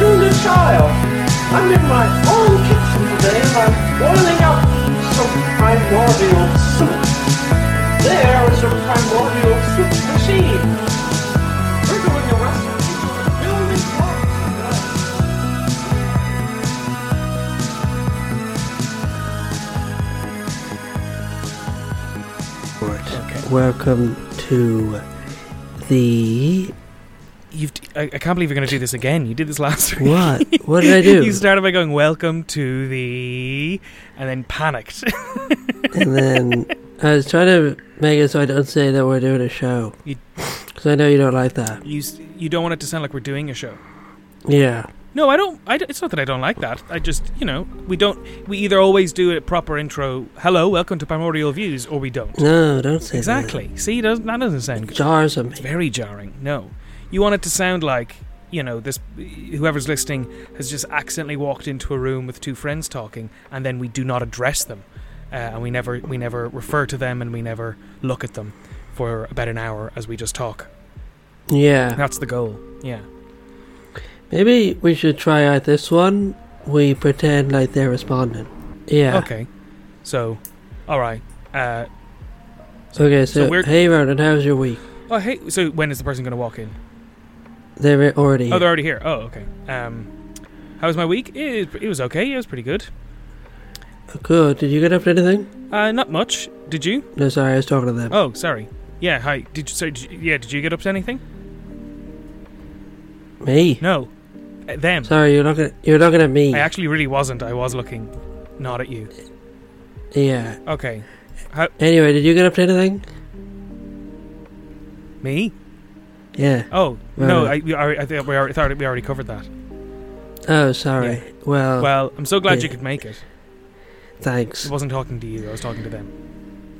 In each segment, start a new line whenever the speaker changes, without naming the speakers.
child. I'm in my own kitchen today and I'm boiling up some primordial soup. There is a primordial soup machine. We're doing a recipe for building blocks today.
Welcome to the
You've, I, I can't believe you're going to do this again. You did this last week.
what? What did I do?
You started by going, Welcome to the. and then panicked.
and then I was trying to make it so I don't say that we're doing a show,
You-
because I know you don't like that.
you, s- you don't want it to sound like we're doing a show.
Yeah,
No, I don't. I, d- it's not that I don't like that. I just, you know, we don't. We either always do a proper intro, hello, welcome to Primordial Views, or we don't.
no, don't say
Exactly. See, doesn't, that doesn't sound
that.
good.
Jars on me.
It's very jarring. No. You want it to sound like, you know, this whoever's listening has just accidentally walked into a room with two friends talking and then we do not address them. Uh, and we never we never refer to them and we never look at them for about an hour as we just talk.
Yeah,
That's the goal. Yeah.
maybe we should try out this one. We pretend like they're responding. Yeah. Okay.
Okay. So, all right. Uh, so
so,
we're-
hey, Ronan, how's your week?
oh, hey. So when is the person going to walk in?
They're already.
Oh, they're already here. Oh, okay. Um, how was my week? It, it was okay. It was pretty good.
good. Did you get up to anything?
Uh, not much. Did you?
No, sorry, I was talking to them.
Oh, sorry. Yeah, hi. Did you, so? Did you, yeah, did you get up to anything?
Me.
No, Uh, them.
Sorry, you're looking. You're looking at me.
I actually really wasn't. I was looking, not at you.
yeah.
Okay,
Anyway, did you get up to anything?
me.
Yeah.
Oh no,
Uh,
I, we, alre- I think we already, thought we already covered that.
Oh, sorry. Well,
Well, I'm so glad you
yeah.
could make it. I
thanks.
wasn't talking to you. I was talking to them.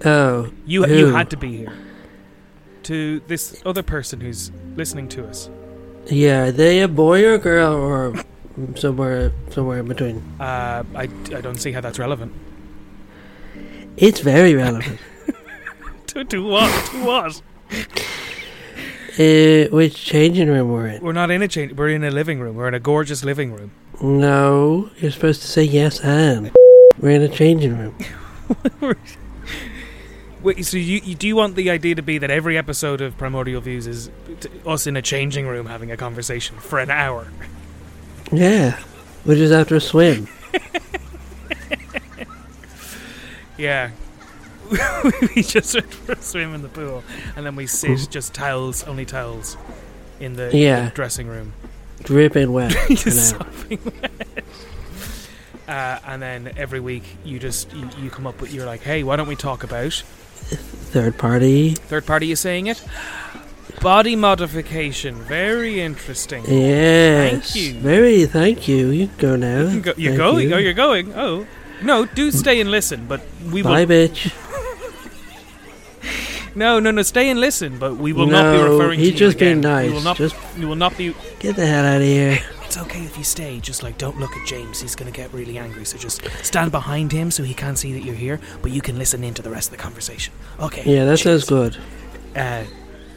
Oh,
You you
Who?
had to be here. To this other person who's listening to us.
yeah. Are they a boy or a girl or somewhere somewhere in between?
Uh, I, I don't see how that's relevant.
It's very relevant.
To, to what? To what?
uh, which changing room we're in?
We're not in a change. We're in a living room. We're in a gorgeous living room.
No, you're supposed to say yes and. We're in a changing room.
Wait, so you, you do you want the idea to be that every episode of Primordial Views is t- us in a changing room having a conversation for an hour?
Yeah, which is after a swim.
Yeah. we just went for a swim in the pool, and then we sit just towels, only towels, in the, the
Yeah.
dressing room,
Dripping wet. for
Just
now.
sopping wet. Uh, and then every week you just you, you come up with you're like, hey, why don't we talk about
Third party.
third party? Is saying it, body modification, very interesting.
Yes.
you.
Very thank you. You can go now.
You go, you
Thank
go, you go, you're going. Oh. No, do stay and listen, but we will.
Bye, bitch.
No, no, no, stay and listen, but we will not be
No,
referring
he's
to
just
you again.
being nice.
We will not,
Just-
you will not be.
Get the hell out of here.
It's okay if you stay, just like don't look at James. He's going to get really angry, so just stand behind him so he can't see that you're here, but you can listen in to the rest of the conversation. Okay.
Yeah, that sounds
cheers.
good.
Uh,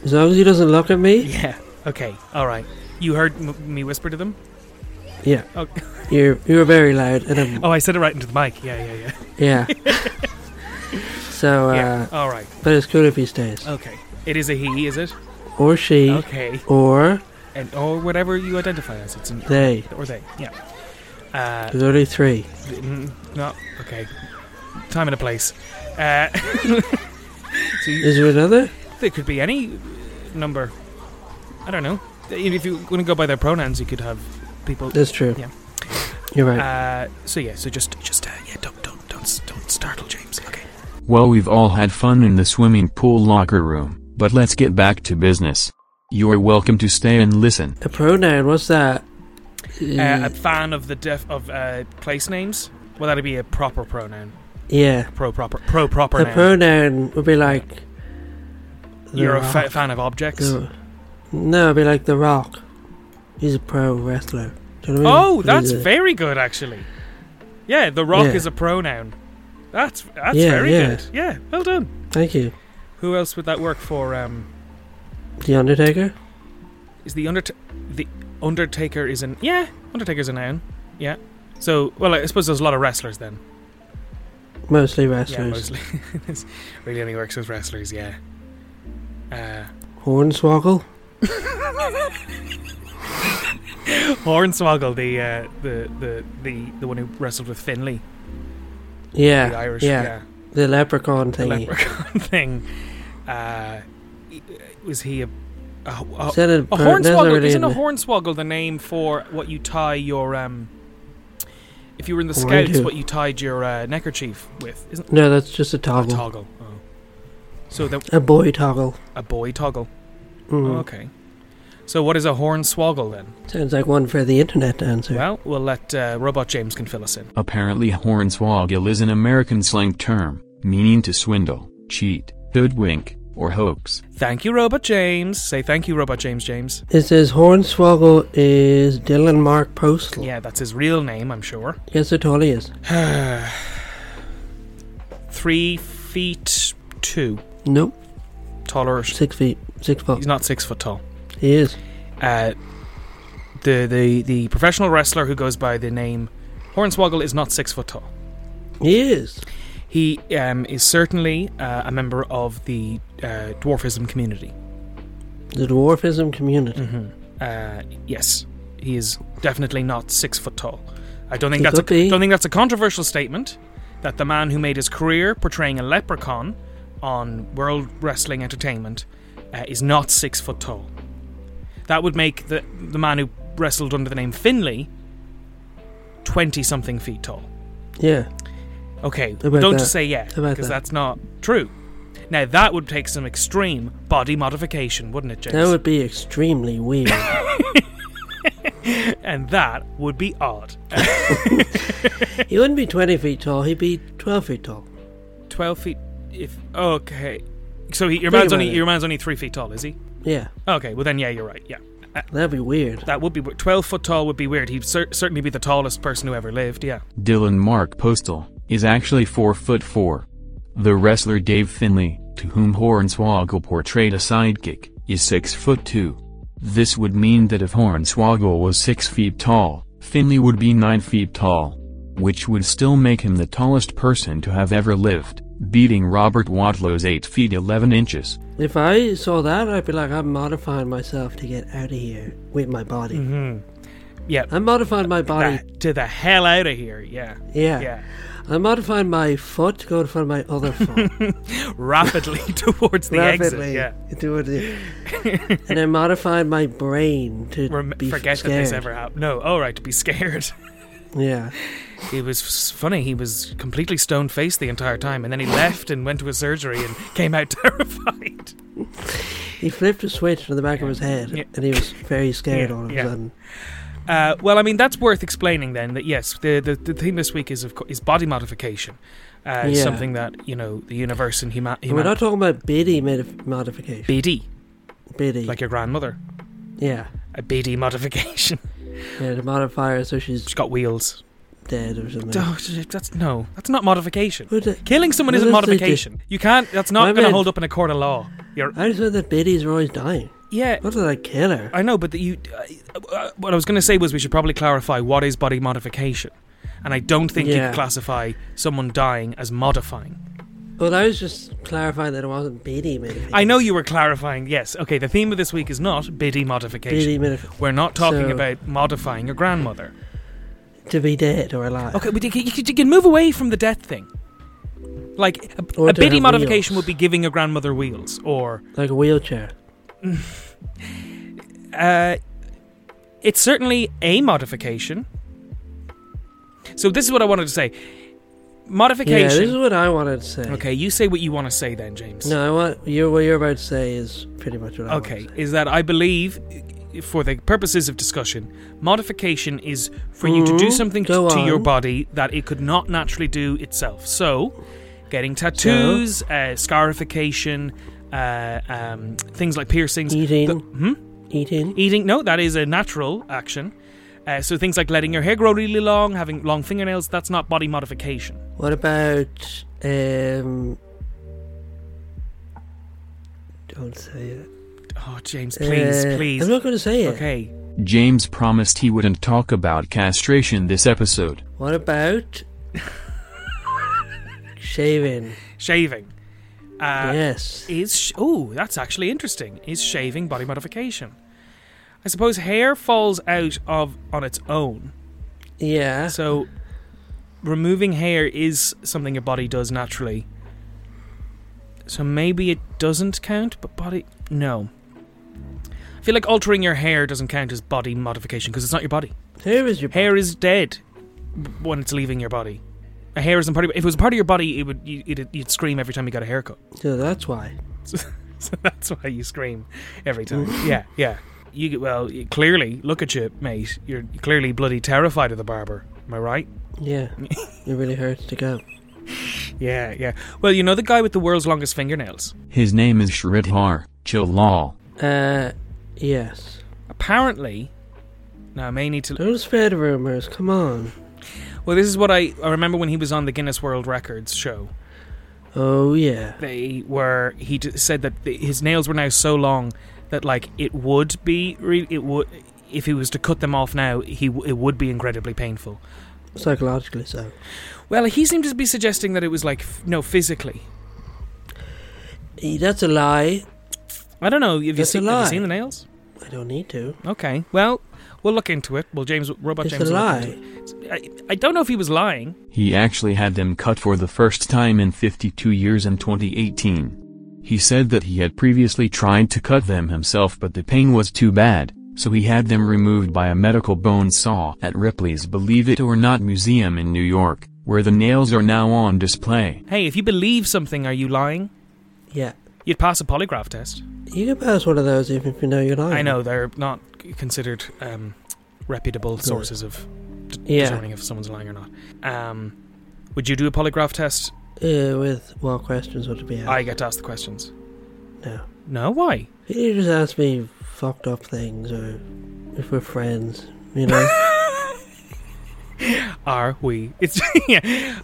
As long as he doesn't look at me,
yeah, okay, alright. You heard m- me whisper to them?
yeah.
Oh.
You're you're very loud, and I'm,
Oh, I said it right into the mic. Yeah, yeah, yeah.
yeah. so, uh,
yeah. Alright,
but it's good if he stays,
okay. It is a he, is it?
or she,
Okay.
or
And Or whatever you identify as. It's an
they.
or they. Yeah. Uh,
There's only three.
th- mm, no. Okay. Time and a place. Uh, so you,
Is there another?
there could be any uh, number. I don't know. If you want to go by their pronouns, you could have people.
That's true.
Yeah.
You're right.
Uh, so yeah. So just, just uh, yeah. Don't, don't, don't, s- don't startle James. Okay.
Well, we've all had fun in the swimming pool locker room, but let's get back to business. You're welcome to stay and listen.
a pronoun. What's that?
Uh, a
Uh,
fan of the def of uh, place names. Well, that'd be a proper pronoun.
yeah.
Pro proper. Pro proper
A
noun.
pronoun would be like. the
You're a fa-
rock.
fan of objects.
The- no, it'd be like The Rock. He's a pro wrestler. Do you know what I mean?
Oh,
He's
that's
a-
very good, actually. Yeah, the rock
Yeah.
is a pronoun. That's that's
Yeah,
very
yeah.
good. Yeah, well done.
Thank you.
Who else would that work for? Um,
The Undertaker.
is the under the Undertaker is an yeah Undertaker's a noun. Yeah. So, well, I suppose there's a lot of wrestlers then.
Mostly wrestlers.
Yeah, mostly. This really only works with wrestlers, yeah. Uh,
Hornswoggle?
Hornswoggle, the, uh, the the the the one who wrestled with Finley,
Yeah.
the Irish,
yeah.
yeah.
The leprechaun
the
thingy.
leprechaun thing. Uh, he- was he a a, a,
Said it
a
per- doesn't
hornswoggle?
really
isn't a
admit-
hornswoggle the name for what you tie your um? If you were in the
What would I
scouts,
do?
what you tied your uh, neckerchief with, isn't
No, that's just a
a
toggle.
toggle? Oh. So the,
A boy toggle.
a boy toggle.
Mm.
Okay. So what is a hornswoggle then?
Sounds like one for the internet to answer.
Well, we'll let uh, Robot James can fill us in.
Apparently, hornswoggle is an American slang term, meaning to swindle, cheat, hoodwink, or hoax.
Thank you, Robot James. Say thank you, Robot James. James.
It says Hornswoggle is Dylan Mark Postal.
Yeah, that's his real name, I'm sure.
Yes, it totally is.
Three feet two.
Nope.
taller. He's
Six feet. Six foot.
not six foot tall.
He is.
Uh, the the the professional wrestler who goes by the name Hornswoggle is not six foot tall.
He is.
He um, is certainly uh, a member of the uh, dwarfism community.
The dwarfism community.
Uh, yes, he is definitely not six foot tall. I don't think
He
that's a,
could be.
don't think that's a controversial statement. That the man who made his career portraying a leprechaun on World Wrestling Entertainment uh, is not six foot tall. That would make the the man who wrestled under the name Finley twenty something feet tall.
Yeah.
Okay,
About
don't
that.
just say yeah
About
because
that.
that's not true. Now that would take some extreme body modification, wouldn't it, James?
That would be extremely weird.
and that would be odd.
he wouldn't be 20 feet tall, he'd be 12 feet tall.
12 feet if okay so he, your
Think
man's
about
only
it.
your man's only three feet tall is he
Yeah.
okay well then yeah you're right yeah Uh,
That'd be weird.
that would be w- 12 foot tall would be weird he'd cer- certainly be the tallest person who ever lived yeah
Dylan Mark Postal is actually 4 foot 4. The wrestler Dave Finley, to whom Hornswoggle portrayed a sidekick, is 6 foot 2. This would mean that if Hornswoggle was 6 feet tall, Finley would be 9 feet tall, which would still make him the tallest person to have ever lived, beating Robert Watlow's 8 feet 11 inches.
If I saw that, I'd be like, I'm modifying myself to get out of here with my body.
yeah
I'm modifying my body.
that- to the hell out of here yeah
Yeah.
yeah
I'm modifying my foot to go in front of my other foot.
rapidly towards the
rapidly.
exit yeah
Towards the- and I'm modifying my brain to
Rem-
be
forget
scared.
that this ever happened no all right to be scared
Yeah.
it was s- funny he was completely stone faced the entire time and then he left and went to his surgery and came out terrified
He flipped a switch to the back of his head,
Yeah.
and he was very scared
Yeah,
all of
yeah.
a sudden.
Uh, well, I mean that's worth explaining then. That yes, the the, the theme this week is of co- is body modification, uh, is
Yeah.
something that you know the universe and human
And we're not talking about BD modif- modification.
BD
BD.
like your grandmother,
yeah.
a BD modification.
Yeah, the modifier, so she's
She's got wheels.
dead or something. uh,
Oh, sh- that's no, that's not modification.
Mm. Who the-
Killing someone
What
isn't
is it they do?
modification. You can't. That's not
My
going to
man-
hold up in a court of law. You're
I just heard that biddies were always dying.
yeah.
What did I kill her?
I know, but that you. Uh, uh, what I was going to say was we should probably clarify what is body modification, and I don't think you
Yeah.
can classify someone dying as modifying.
Well, I was just clarifying that it wasn't BD modification.
I know you were clarifying. Yes. Okay. The theme of this week is not biddy modification.
BD modification.
We're not talking
So-
about modifying your grandmother.
To be dead or alive.
Okay. But you, can- you can- you can move away from the death thing. Like a,
Or
a
to
biddy
have
modification
wheels.
would be giving your grandmother wheels, or
Like a wheelchair.
uh, it's certainly a modification. So this is what I wanted to say.
Yeah, this
Modification.
is what I wanted to say.
okay. You say what you want to say then, James.
No, I want you. What you're about to say is pretty much what I want
okay
to say.
is that i believe i- for the purposes of discussion modification is for you to do
Mhm,
something t-
go
to your
on.
body that it could not naturally do itself so getting tattoos uh, scarification uh, um, things like piercings
Eating.
th- hmm?
Eating.
eating no that is a natural action uh, so things like letting your hair grow really long having long fingernails that's not body modification
What about um? Don't say it.
oh james please
Uh,
please
I'm not going to say it.
okay
James promised he wouldn't talk about castration this episode.
What about shaving?
Shaving. Uh,
yes.
Is sh- oh, that's actually interesting. Is shaving body modification? I suppose hair falls out of on its own.
Yeah.
So removing hair is something your body does naturally. So maybe it doesn't count, but body no. I feel like altering your hair doesn't count as body modification because it's not your body.
hair is your
Hair is dead when it's leaving your body. A hair isn't part of. If it was part of your body, it would you, it'd, you'd scream every time you got a haircut.
So that's why.
So that's why you scream every time. yeah, yeah. You get well. You, clearly, look at you, mate. You're clearly bloody terrified of the barber. Am I right?
Yeah. it really hurts to go.
Yeah, yeah. Well, you know the guy with the world's longest fingernails.
His name is Shridhar Chilal.
Uh, yes.
Apparently, now I may need to.
Don't spread rumors. Come on.
Well, this is what I, I remember when he was on the Guinness World Records show.
Oh yeah.
they were he d- said that th- his nails were now so long that like it would be re- it would if he was to cut them off now he w- it would be incredibly painful
Psychologically so.
well he seemed to be suggesting that it was like f- no physically
Eh, That's a lie.
i don't know have you,
That's
seen,
a
have you
lie.
seen the nails
I don't need to.
okay well we'll look into it well james robot
It's
james
a
will look
lie.
into it. I, I don't know if he was lying
He actually had them cut for the first time in 52 years in 2018. He said that he had previously tried to cut them himself but the pain was too bad, so he had them removed by a medical bone saw at Ripley's Believe It or Not Museum in New York, where the nails are now on display.
hey if you believe something are you lying
Yeah.
you'd pass a polygraph test
You can pass one of those even if you know you're lying.
i know they're not considered um, reputable sources of
Yeah.
determining if someone's lying or not. Um, would you do a polygraph test?
Uh, with what questions would it be?
I get to ask the questions.
No.
No, why?
You just ask me fucked up things or if we're friends, you know?
Are we? It's yeah.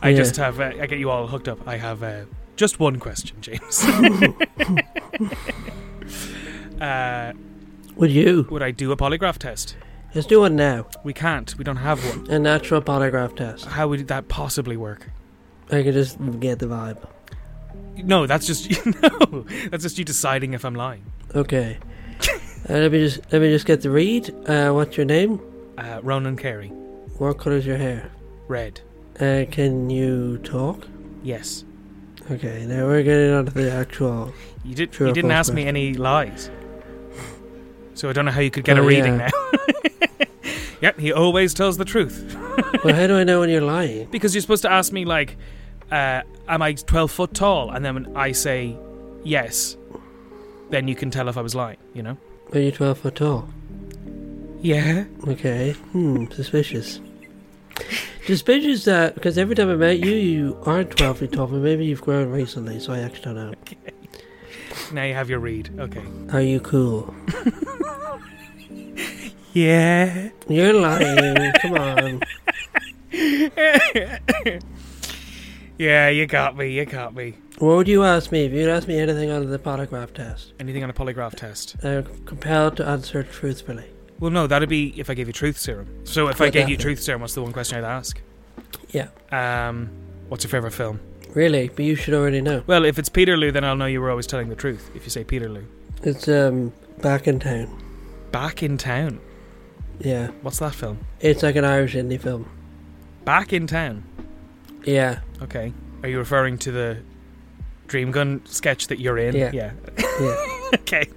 I
Yeah.
just have. Uh, I get you all hooked up. I have uh, just one question, James. uh,
Would you?
would I do a polygraph test?
Let's do one now.
We can't. We don't have one.
A natural polygraph test.
How would that possibly work?
I could just get the vibe.
No, that's just no. That's just you deciding if I'm lying.
Okay. Uh, let me just let me just get the read. Uh, what's your name?
Uh, Ronan Carey,
What color's your hair?
red.
Uh, can you talk?
Yes.
Okay, now we're getting onto the actual.
You did.
True
you
or
didn't
false
ask me
question?
any lies. So I don't know how you could get a
Oh,
reading
yeah.
now. yep, he always tells the truth
well, how do I know when you're lying?
because you're supposed to ask me like, uh, "Am I twelve foot tall?" And then when I say yes, then you can tell if I was lying. You know?
Are you 12 foot tall?
Yeah.
Okay. Hmm. Suspicious. Suspicious that because every time I met you, you aren't 12 feet tall, but maybe you've grown recently, so I actually don't know.
Now you have your read. Okay.
Are you cool?
Yeah.
You're lying. Come on.
Yeah, you got me. You got me.
What would you ask me if you'd asked me anything on the polygraph test?
Anything on a polygraph test?
I'm compelled to answer truthfully.
Well, no, that'd be if I gave you truth serum. So if I
Well,
gave you
definitely.
truth serum, what's the one question I'd ask?
Yeah.
Um, what's your favorite film?
Really, but you should already know.
Well, if it's Peterloo, then I'll know you were always telling the truth. If you say Peterloo,
It's um back in town.
Back in Town.
Yeah,
What's that film?
it's like an Irish indie film.
Back in Town.
Yeah,
Okay. Are you referring to the Dream Gun sketch that you're in?
Yeah.
Yeah.
yeah.
okay.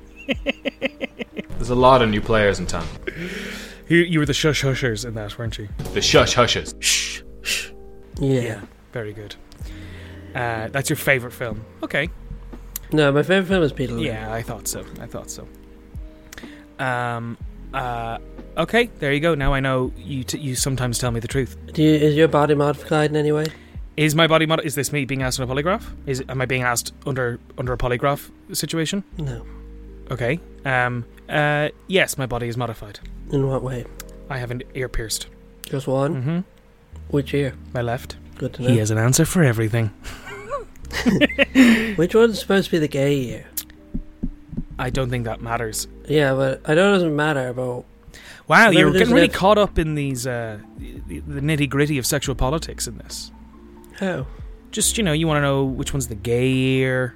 There's a lot of new players in town.
You, you were the shush hushers in that, weren't you?
The shush hushes.
Yeah.
Very good. Uh, that's your favorite film. Okay.
No, my favorite film is Peter Lorre.
Yeah, I thought so. I thought so. Um. Uh. Okay. There you go. Now I know you. T- you sometimes tell me the truth.
Do you, is your body modified in any way?
Is my body mod? Is this me being asked on a polygraph? Is am I being asked under under a polygraph situation?
No.
Okay. Um. Uh. Yes, my body is modified.
In what way?
I have an ear pierced.
Just one?
Mm-hmm.
Which ear?
My left.
Good to know.
He has an answer for everything.
Which one's supposed to be the gay ear?
I don't think that matters.
Yeah, but I know it doesn't matter, but
Wow,
Whatever
you're
it is
getting really
that-
caught up in these uh, the, the nitty gritty of sexual politics in this.
How?
Just you know, you want to know which one's the gay ear.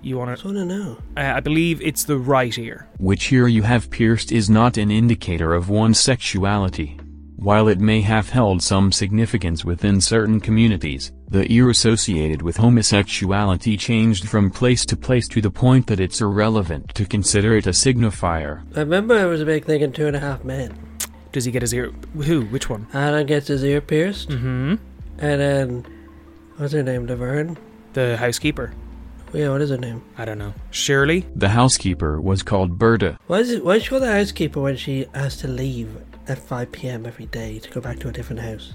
You
I
want
just want to know.
to? Uh, I believe it's the right ear.
which ear you have pierced is not an indicator of one's sexuality. While it may have held some significance within certain communities, the ear associated with homosexuality changed from place to place to the point that it's irrelevant to consider it a signifier.
I remember I was a big thing in Two and a Half Men.
Does he get his ear? Who? Which one?
Adam gets his ear pierced,
Mm-hmm.
and then what's her name? Laverne.
The housekeeper.
Yeah, what is her name?
I don't know. Shirley.
The housekeeper was called Berta.
Why is it, why is she called the housekeeper when she has to leave at five p.m. every day to go back to a different house?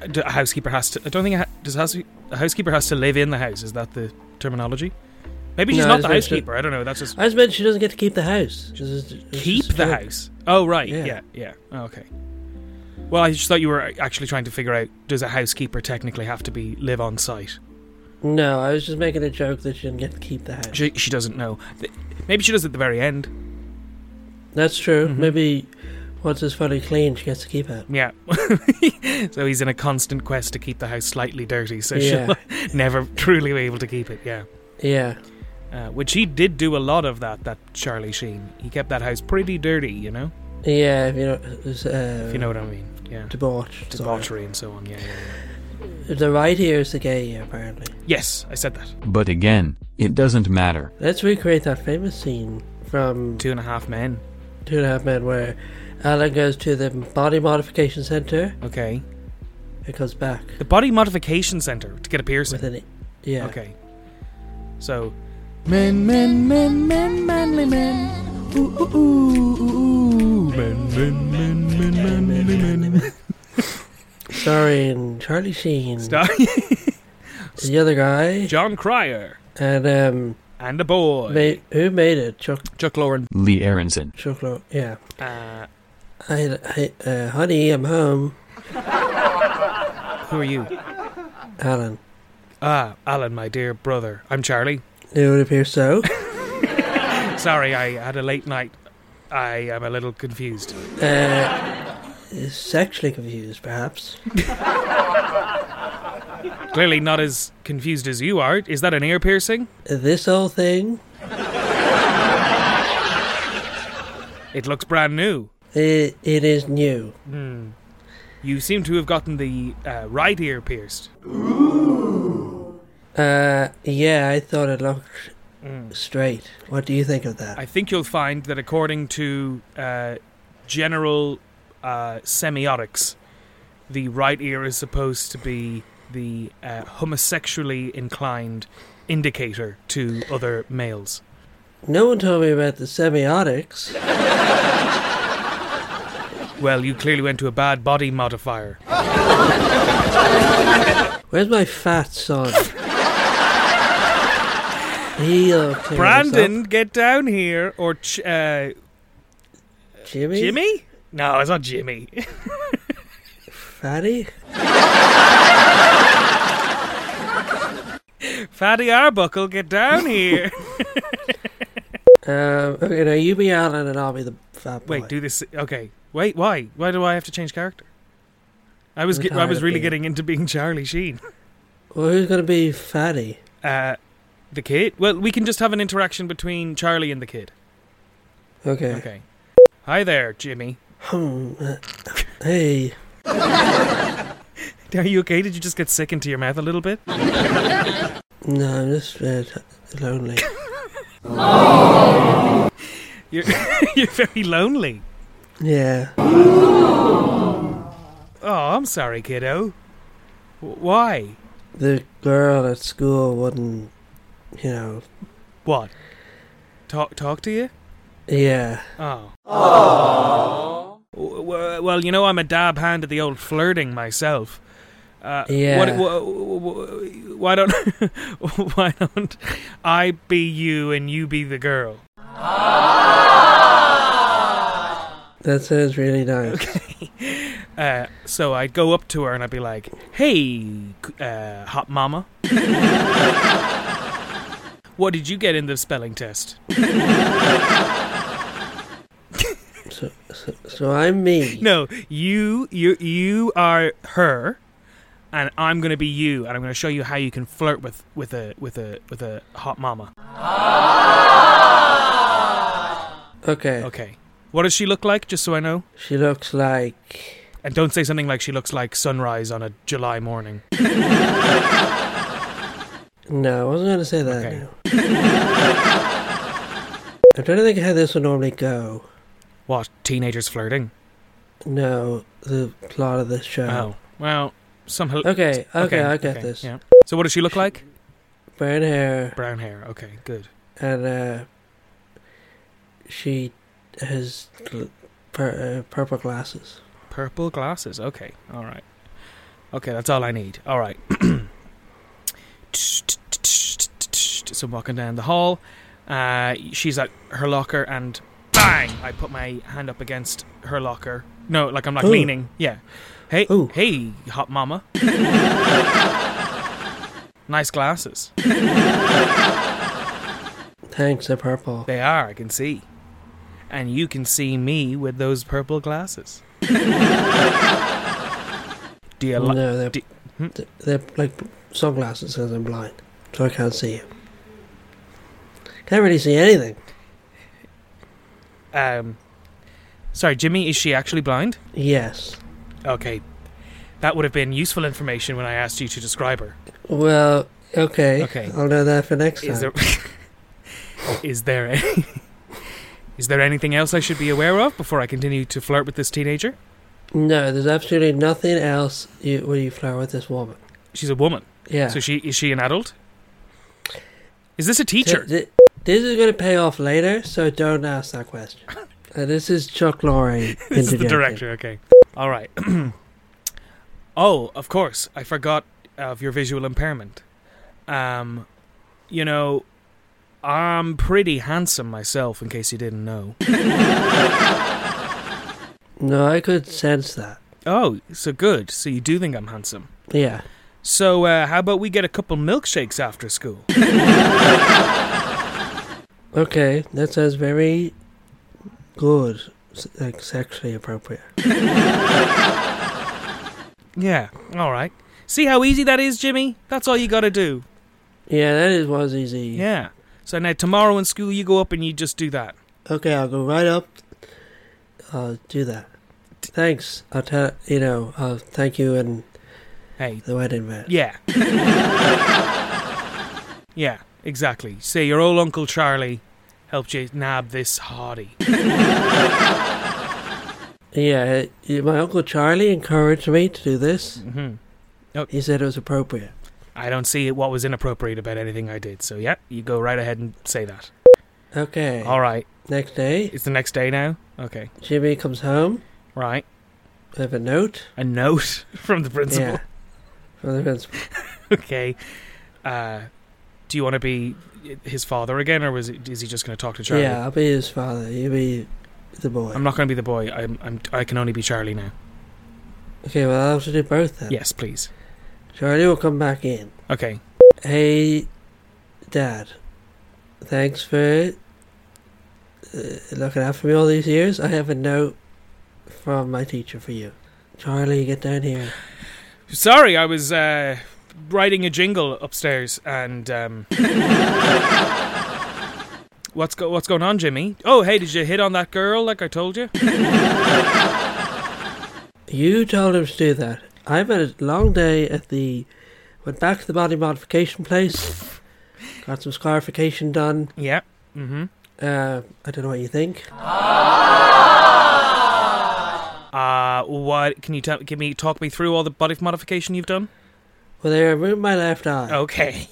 Uh, d- A housekeeper has to. I don't think a, ha- does house, a housekeeper has to live in the house. Is that the terminology? Maybe she's
No,
not
it's
the
not-
housekeeper. I don't know. That's just
I just meant she doesn't get to keep the house. She's just- she's
keep
just
the
free.
house. Oh right,
Yeah.
yeah, yeah. Oh, okay. Well, I just thought you were uh, actually trying to figure out does a housekeeper technically have to be live on site?
No, I was just making a joke that she didn't get to keep the house.
She, she doesn't know. Th- Maybe she does at the very end.
That's true.
Mhm.
Maybe once it's fully clean, she gets to keep it.
Yeah. so he's in a constant quest to keep the house slightly dirty, so
Yeah.
she'll never truly be able to keep it. Yeah.
Yeah.
Uh, which he did do a lot of that. That Charlie Sheen. He kept that house pretty dirty, you know,
Yeah, if you know, it's, uh,
if you know what I mean. Yeah.
debauch. sorry.
Debauchery and so on. Yeah, yeah, yeah.
The right ear is the gay ear, apparently.
Yes, I said that.
But again, it doesn't matter.
Let's recreate that famous scene from
Two and a half men.
Two and a Half Men where Alan goes to the body modification center
Okay.
and comes back
The body modification center to get a piercing.
with an. e- Yeah.
Okay. So
Men, men, men, men, manly men. Ooh, ooh, ooh, ooh, ooh. Men, men, men, men, manly men.
Starring Charlie Sheen,
Stop.
the other guy,
John Cryer
and um,
and a boy.
ma- who made it? Chuck,
Chuck Lauren.
Lee Aronson.
Chuck, Lor- yeah.
Uh,
I, I, uh, honey, I'm home.
who are you?
Alan,
Ah, Alan, my dear brother. I'm Charlie.
it would appear so.
Sorry, I had a late night. I am a little confused.
Uh, sexually confused, perhaps.
Clearly not as confused as you are. Is that an ear piercing?
This whole thing
It looks brand new.
It, it is new.
Hmm. You seem to have gotten the uh, right ear pierced.
Uh, yeah, I thought it looked
Mm.
straight. What do you think of that?
I think you'll find that according to uh, general uh, semiotics, the right ear is supposed to be the uh, homosexually inclined indicator to other males.
no one told me about the semiotics.
Well, you clearly went to a bad body modifier.
Where's my fat son? He'll clear
Brandon, get down here, or ch- uh,
this up. Jimmy,
Jimmy? No, it's not Jimmy.
Fatty,
Fatty Arbuckle, get down here.
um, okay, now you be Alan and I'll be the fat boy.
Wait, do this. Okay, wait. Why? Why do I have to change character? I was
We're
get, I
tired
was
of
really
being-
getting into being Charlie Sheen.
Well, who's gonna be Fatty?
Uh, the kid. Well, we can just have an interaction between Charlie and the kid.
Okay.
Okay. Hi there, Jimmy.
Hmm, uh, hey,
Are you okay? Did you just get sick into your mouth a little bit?
no, I'm just uh, t- lonely.
You're you're very lonely.
yeah.
Oh, I'm sorry, kiddo. W- why?
the girl at school wouldn't, you know,
What? Talk talk to you?
yeah.
Oh. W- w- Well, you know, I'm a dab hand at the old flirting myself. Uh,
Yeah.
What, wh- wh- wh- why don't why don't I be you and you be the girl?
That sounds really nice.
Uh, so I'd go up to her and I'd be like, "Hey, uh, hot mama, what did you get in the spelling test?"
So, So I'm me.
No, you you you are her, and I'm gonna be you, and I'm gonna show you how you can flirt with with a with a with a hot mama.
Okay.
Okay, what does she look like? Just so I know,
She looks like.
and don't say something like she looks like sunrise on a July morning.
No, I wasn't going to say that.
Okay.
no. I'm trying to think of how this would normally go.
What teenagers flirting?
No, the plot of this show.
Oh, well, some. hal-
Okay, okay, I get
okay,
this.
Yeah. So what does she look like?
Brown hair,
Brown hair. Okay, good.
and uh, she has gl- pur- uh, purple glasses.
Purple glasses. Okay. All right. Okay, that's all I need. All right. so I'm walking down the hall. Uh, she's at her locker, and bang! I put my hand up against her locker. No, like I'm like
Ooh.
leaning. Yeah. Hey,
Ooh.
hey, hot mama. nice glasses.
Thanks, they're purple.
They are. I can see, and you can see me with those purple glasses. Do you like?
no, they're,
di- hmm?
th- they're like sunglasses because I'm blind, so I can't see you. Can't really see anything.
Um, sorry, Jimmy, is she actually blind?
Yes.
Okay. That would have been useful information when I asked you to describe her.
Well, okay.
Okay.
I'll know that for next time.
Is there Is there any, Is there anything else I should be aware of before I continue to flirt with this teenager?
No, there's absolutely nothing else you, where you flirt with this woman.
She's a woman.
Yeah.
So she is she an adult? Is this a
Th-
teacher?
th- this is going to pay off later, so don't ask that question. Uh, this is Chuck Lorre.
this is the
interjecting.
director, okay. All right. oh, of course. I forgot of your visual impairment. Um, you know, I'm pretty handsome myself, in case you didn't know.
No, I could sense that.
Oh, so good. So you do think I'm handsome.
Yeah.
So, uh, how about we get a couple milkshakes after school?
Okay, that sounds very good. s- Like sexually appropriate.
yeah, alright. See how easy that is, Jimmy? That's all you gotta do.
Yeah, that is was easy.
Yeah. So now tomorrow in school, you go up and you just do that.
Okay, I'll go right up. I'll do that. Thanks. I'll tell you know. I'll thank you and
Hey,
the wedding man.
Yeah. yeah, exactly. Say your old Uncle Charlie helped you nab this hardy.
Yeah, uh, my uncle Charlie encouraged me to do this.
hmm
He said it was appropriate.
I don't see what was inappropriate about anything I did, so yeah, you go right ahead and say that.
Okay.
All right,
Next day,
it's the next day now. Okay,
Jimmy comes home
right.
with a note.
A note from the principal.
Yeah. From the principal.
Okay. Uh, do you want to be his father again, or was it, is he just going to talk to Charlie? Um,
Yeah, I'll be his father. You'll be the boy.
I'm not going to be the boy. I'm, I'm. I can only be Charlie now.
Okay, well, I'll have to do both then.
Yes, please.
Charlie will come back in.
Okay.
Hey, Dad. Thanks for uh, looking after me all these years. I have a note from my teacher for you. Charlie, get down here.
Sorry, I was uh, writing a jingle upstairs, and um, what's go- what's going on, Jimmy? Oh, hey, did you hit on that girl like I told you?
You told him to do that. I've had a long day at the. Went back to the body modification place. Got some scarification done.
Yeah. Mm-hmm.
Uh, I don't know what you think.
Uh, what? Can you tell? Can me talk me through all the body modification you've done?
Well, they removed my left
Oh.
eye.
Okay,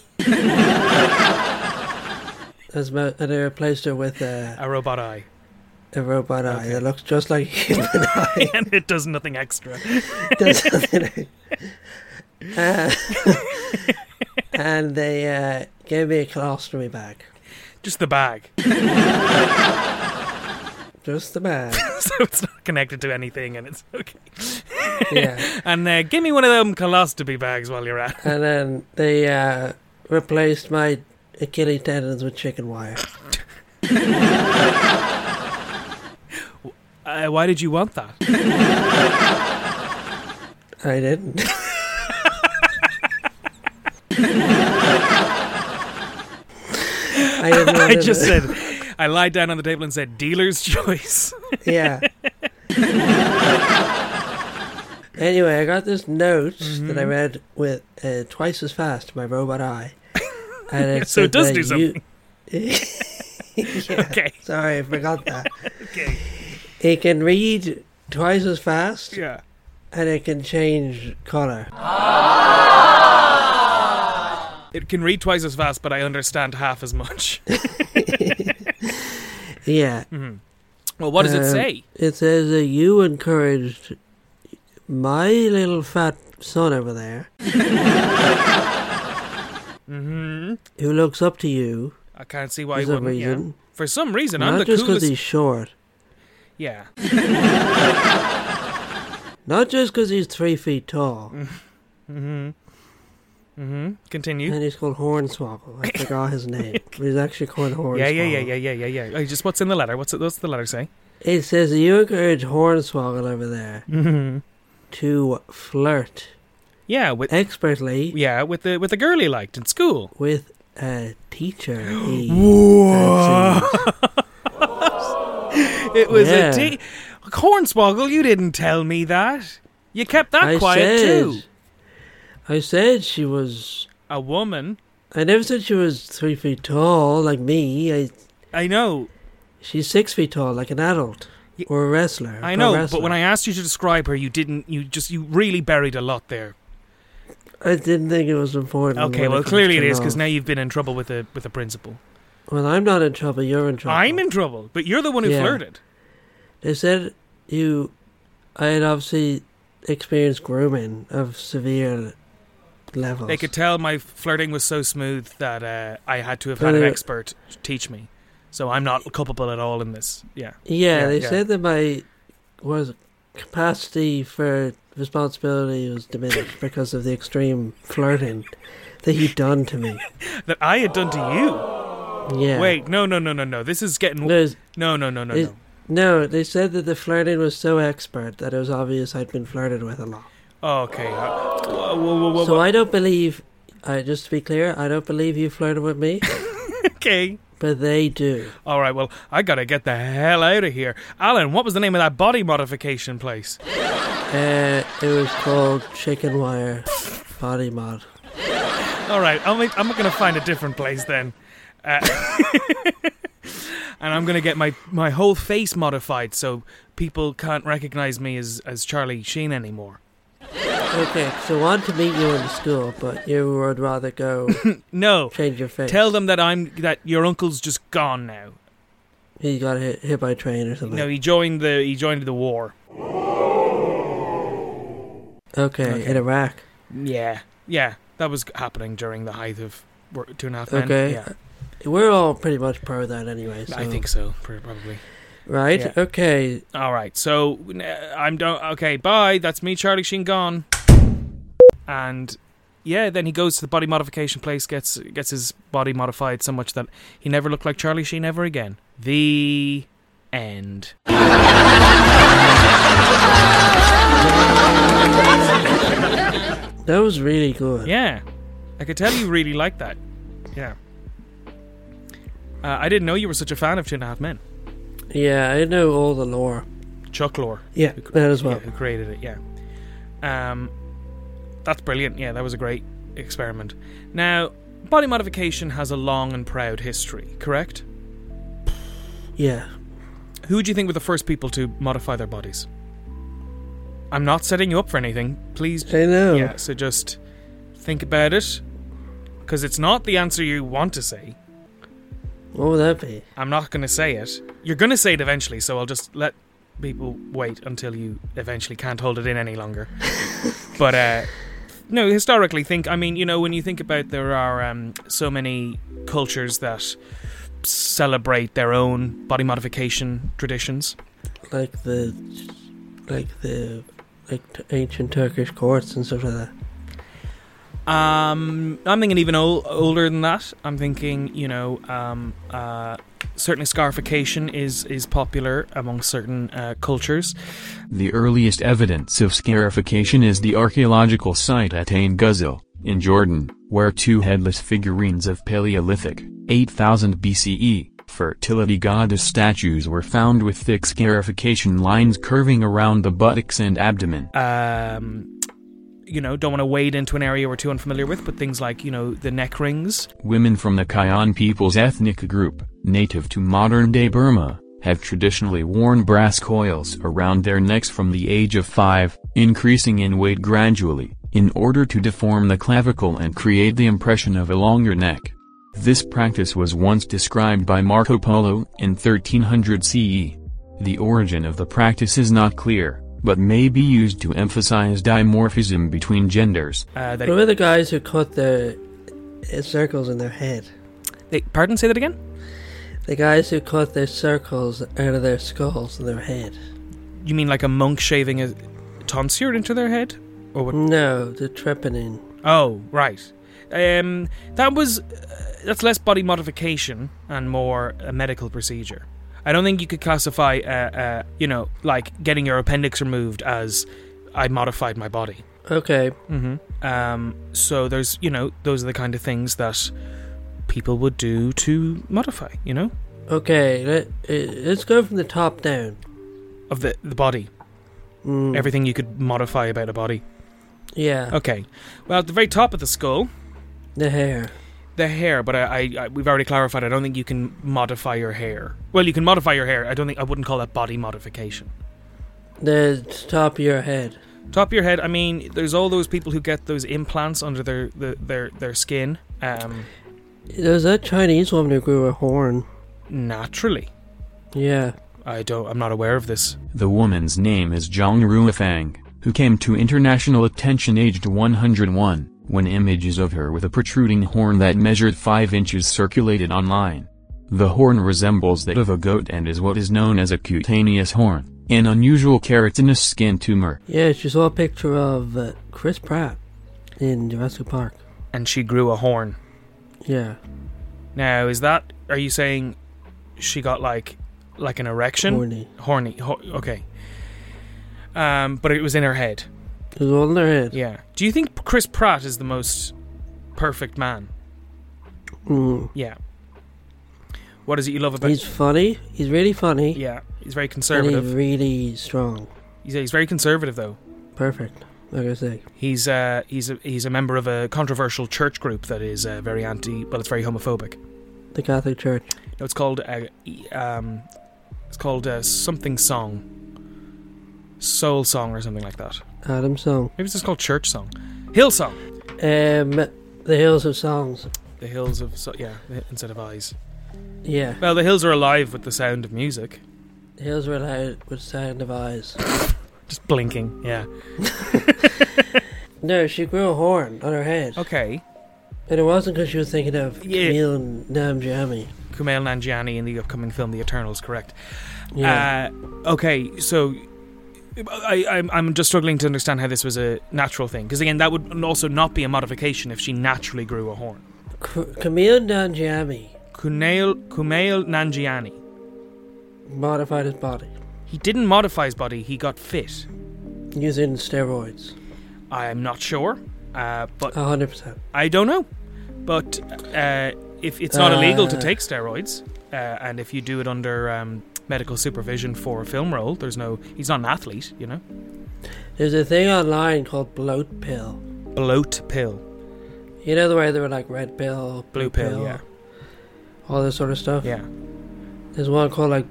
As mo- and they replaced it with a,
a robot eye,
a robot eye
Okay.
that looks just like a human eye.
and it does nothing extra.
That's something I- Uh, and they uh, gave me a colostomy bag.
Just the bag,
Just the bag.
so it's not connected to anything, and it's okay.
Yeah.
And uh, give me one of them colostomy bags while you're at. it.
And then they uh, replaced my Achilles tendons with chicken wire.
Uh, why did you want that?
I didn't. I didn't want
I
it.
just said, I lied down on the table and said, dealer's choice.
yeah. anyway, I got this note that
Mm-hmm.
I read with uh, twice as fast my robot eye, and it
So it
said
does
that
do something.
You... Yeah,
Okay.
Sorry, I forgot that.
Okay.
It can read twice as fast,
Yeah.
and it can change color.
It can read twice as fast, but I understand half as much.
Yeah.
Well, what does it
Um,
say?
It says that you encouraged my little fat son over there,
hmm
who looks up to you
I can't see why
for
he
some
wouldn't. yeah.
reason.
For some reason, I'm the
Not just because
coolest.
he's short.
Yeah.
Not just because he's three feet tall.
Mm-hmm. hmm Mm-hmm. Continue.
And he's called Hornswoggle. I forgot his name. But he's actually called Hornswoggle.
Yeah, yeah, yeah, yeah, yeah, yeah, yeah. Uh, Just what's in the letter? What's it, what's the letter say?
It says that you encourage Hornswoggle over there
Mm-hmm.
to flirt
Yeah, with
expertly
yeah with the with the girl he liked in school.
with a teacher. He fancies.
It was
Yeah.
a t- Hornswoggle. You didn't tell me that. You kept that
I
quiet
said,
too.
I said she was.
A woman.
I never said she was three feet tall like me. I,
I know.
she's six feet tall like an adult
Ye-
or a wrestler. a
I
pro
know.
wrestler.
But when I asked you to describe her, you didn't. You just you really buried a lot there.
I didn't think it was important.
Okay.
when
Well,
comes
clearly it
to
is because
love.
now you've been in trouble with the with the principal.
Well, I'm not in trouble. You're in trouble.
I'm in trouble, but you're the one who
Yeah.
flirted.
They said you, I had obviously experienced grooming of severe levels.
They could tell my flirting was so smooth that uh, I had to have had an
Uh,
expert teach me. So I'm not culpable at all in this. Yeah.
yeah,
yeah,
they
yeah.
said that my was capacity for responsibility was diminished because of the extreme flirting that you'd done to me.
That I had done to
Yeah.
you. Wait, no, no, no, no, no. This is getting. No,
There's,
no, no, no,
is-
no.
no, they said that the flirting was so expert that it was obvious I'd been flirted with a lot.
Okay. uh, whoa, whoa, whoa, whoa,
so
whoa.
I don't believe. I just to be clear, I don't believe you flirted with me,
Okay.
but they do.
All right, well, I gotta get the hell out of here. Alan, what was the name of that body modification place?
Uh, it was called Chicken Wire Body Mod.
All right, I'm, I'm gonna find a different place then. Uh, and I'm gonna get my, my whole face modified so people can't recognize me as, as Charlie Sheen anymore.
Okay, so I want to meet you in the school, but you would rather go
No,
change your face.
tell them that I'm that your uncle's just gone now.
he got hit, hit by a train or something.
No, he joined the he joined the war.
okay, in Iraq.
Yeah, yeah, that was happening during the height of Wor- Two and a Half Men.
Okay,
yeah,
we're all pretty much pro that anyway. So.
I think so, pr- probably.
Right.
yeah.
Okay.
All right, so n- uh, I'm done. Okay, bye. That's me, Charlie Sheen gone. And yeah, then he goes to the body modification place, gets gets his body modified so much that he never looked like Charlie Sheen ever again. The end.
That was really good.
Yeah, I could tell you really like that. Yeah. Uh, I didn't know you were such a fan of Two and a Half Men.
Yeah, I know all the lore.
Chuck Lorre.
Yeah, that as
Yeah,
well.
who created it? Yeah. Um, that's brilliant. Yeah, that was a great experiment. Now, body modification has a long and proud history, correct?
Yeah.
Who do you think were the first people to modify their bodies? I'm not setting you up for anything. Please,
I know.
yeah. So just think about it, because it's not the answer you want to say.
What would that be?
I'm not going to say it. You're going to say it eventually, so I'll just let people wait until you eventually can't hold it in any longer. but uh, no, historically, think. I mean, you know, when you think about, there are um, so many cultures that celebrate their own body modification traditions.
Like the, like the, like t- ancient Turkish courts and stuff like that.
Um, I'm thinking even ol- older than that. I'm thinking, you know, um, uh, certainly scarification is is popular among certain uh, cultures.
The earliest evidence of scarification is the archaeological site at Ain Ghazal, in Jordan, where two headless figurines of Paleolithic, 8000 BCE, E, fertility goddess statues were found with thick scarification lines curving around the buttocks and abdomen.
Um, you know, don't want to wade into an area we're too unfamiliar with, but things like you know the neck rings.
Women from the Kayan people's ethnic group, native to modern-day Burma, have traditionally worn brass coils around their necks from the age of 5, increasing in weight gradually, in order to deform the clavicle and create the impression of a longer neck. This practice was once described by Marco Polo in 1300 CE. E. The origin of the practice is not clear, but may be used to emphasize dimorphism between genders.
Uh, that
Remember the guys who caught their uh, circles in their head?
they, pardon, say that again.
The guys who caught their circles out of their skulls in their head.
You mean like a monk shaving a tonsure into their head, or what?
No, the trepanine.
Oh, right. Um, that was uh, that's less body modification and more a medical procedure. I don't think you could classify, uh, uh, you know, like getting your appendix removed as I modified my body.
Okay,
Mm-hmm. Um, so there's, you know, those are the kind of things that people would do to modify, you know,
okay. Let, uh, let's go from the top down.
of the the body,
Mm,
everything you could modify about a body.
yeah,
Okay. Well, at the very top of the skull,
the hair.
the hair, but I, I, I we've already clarified. I don't think you can modify your hair. Well, you can modify your hair. I don't think I wouldn't call that body modification.
The top of your head.
Top of your head. I mean, there's all those people who get those implants under their their their, their skin um,
There was that Chinese woman who grew a horn.
naturally.
Yeah.
I don't. I'm not aware of this.
The woman's name is Zhang Ruofang, who came to international attention aged 101, when images of her with a protruding horn that measured 5 inches circulated online. The horn resembles that of a goat and is what is known as a cutaneous horn, an unusual keratinous skin tumor.
Yeah, she saw a picture of uh, Chris Pratt in Jurassic Park.
And she grew a horn.
Yeah.
Now, is that? Are you saying she got like like an erection?
Horny.
Horny. Ho- okay. Um, but it was in her head.
It was all in her head.
Yeah. Do you think Chris Pratt is the most perfect man?
Mm.
Yeah. What is it you love about?
He's funny. He's really funny.
yeah, he's very
and he's
conservative.
really strong.
He's, he's very conservative though.
Perfect. Like I say.
He's uh, he's a, he's a member of a controversial church group that is uh, very anti. Well, it's very homophobic.
The Catholic Church.
No, it's called uh, e- um, it's called uh, something song, soul song or something like that.
Adam Song.
Maybe it's just called church song, hill song.
Um, The Hills of Songs.
The hills of so, yeah instead of eyes.
Yeah.
Well, the hills are alive with the sound of music.
The hills were loud with sound of eyes.
Just blinking. Yeah.
No, she grew a horn on her head.
Okay.
And it wasn't because she was thinking of
Yeah.
Camille and Namjami.
Kumail Nanjiani in the upcoming film The Eternals, correct?
Yeah.
Uh, okay, so I, I'm, I'm just struggling to understand how this was a natural thing. Because again, that would also not be a modification if she naturally grew a horn.
C- Camille Namjami
Kumail, Kumail Nanjiani.
modified his body
He didn't modify his body, he got fit.
using steroids.
I am not sure, uh, but
100%.
I don't know. But uh, if it's not illegal to
Uh.
take steroids, uh, and if you do it under um, medical supervision for a film role, there's no. He's not an athlete, you know?
There's a thing online called bloat pill.
bloat pill,
You know the way they were like red pill,
blue pill, yeah,
all this sort of stuff.
yeah,
There's one called like,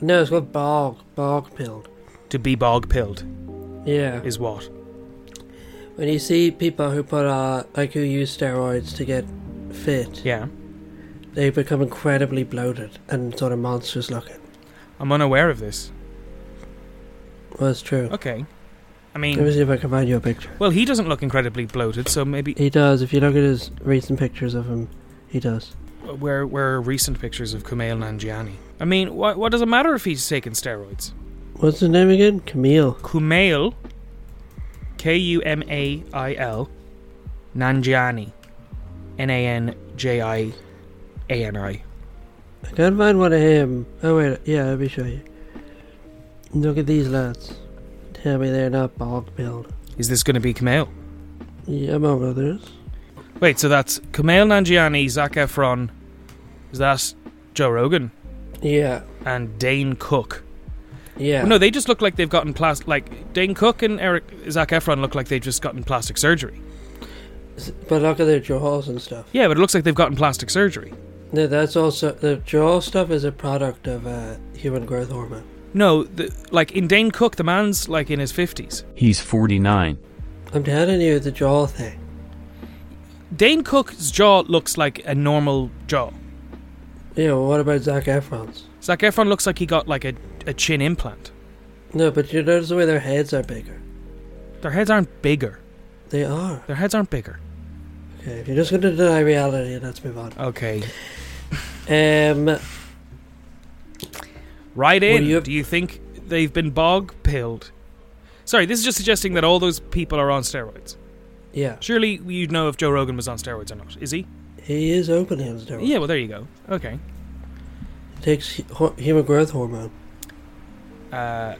no, it's called bog, bog pill.
to be bog pilled
Yeah.
is what.
When you see people who put uh like who use steroids to get fit,
Yeah,
they become incredibly bloated and sort of monstrous looking.
I'm unaware of this.
Well, it's true.
Okay, I
Let me
mean,
see if I can find you a picture.
well, he doesn't look incredibly bloated, so maybe
He does. If you look at his recent pictures of him, he does.
uh, where where are recent pictures of Kumail Nanjiani? I mean, what what does it matter if he's taking steroids?
What's his name again? Camille.
Kumail, K U M A I L, Nanjiani, N A N J I A N I.
I can't find one of him. Oh wait, yeah, let me show you. Look at these lads. Tell me they're not bog build.
Is this going to be Kamel?
Yeah, among others.
Wait, so that's Kamel Nanjiani, Zac Efron, is that Joe Rogan
Yeah,
and Dane Cook?
yeah.
No, they just look like they've gotten plastic. Like Dane Cook and Eric Zac Efron look like they've just gotten plastic surgery.
but look at their jaws and stuff.
Yeah, but it looks like they've gotten plastic surgery.
No, that's also the jaw stuff is a product of uh, human growth hormone.
No, the, like in Dane Cook, the man's like in his fifties.
He's 49.
I'm telling you, the jaw thing.
Dane Cook's jaw looks like a normal jaw.
Yeah, well, what about Zac Efron's?
Zac Efron looks like he got like a, a chin implant.
No, but you notice the way their heads are bigger.
Their heads aren't bigger.
They are.
Their heads aren't bigger.
Okay, if you're just going to deny reality, let's move on.
Okay.
Um,
Right in.
Well, you have-
Do you think they've been bog pilled? Sorry, this is just suggesting that all those people are on steroids.
yeah,
Surely you'd know if Joe Rogan was on steroids or not. Is he?
he is opening his door.
Yeah, well, there you go. Okay.
takes hu- hor- human growth hormone.
Uh,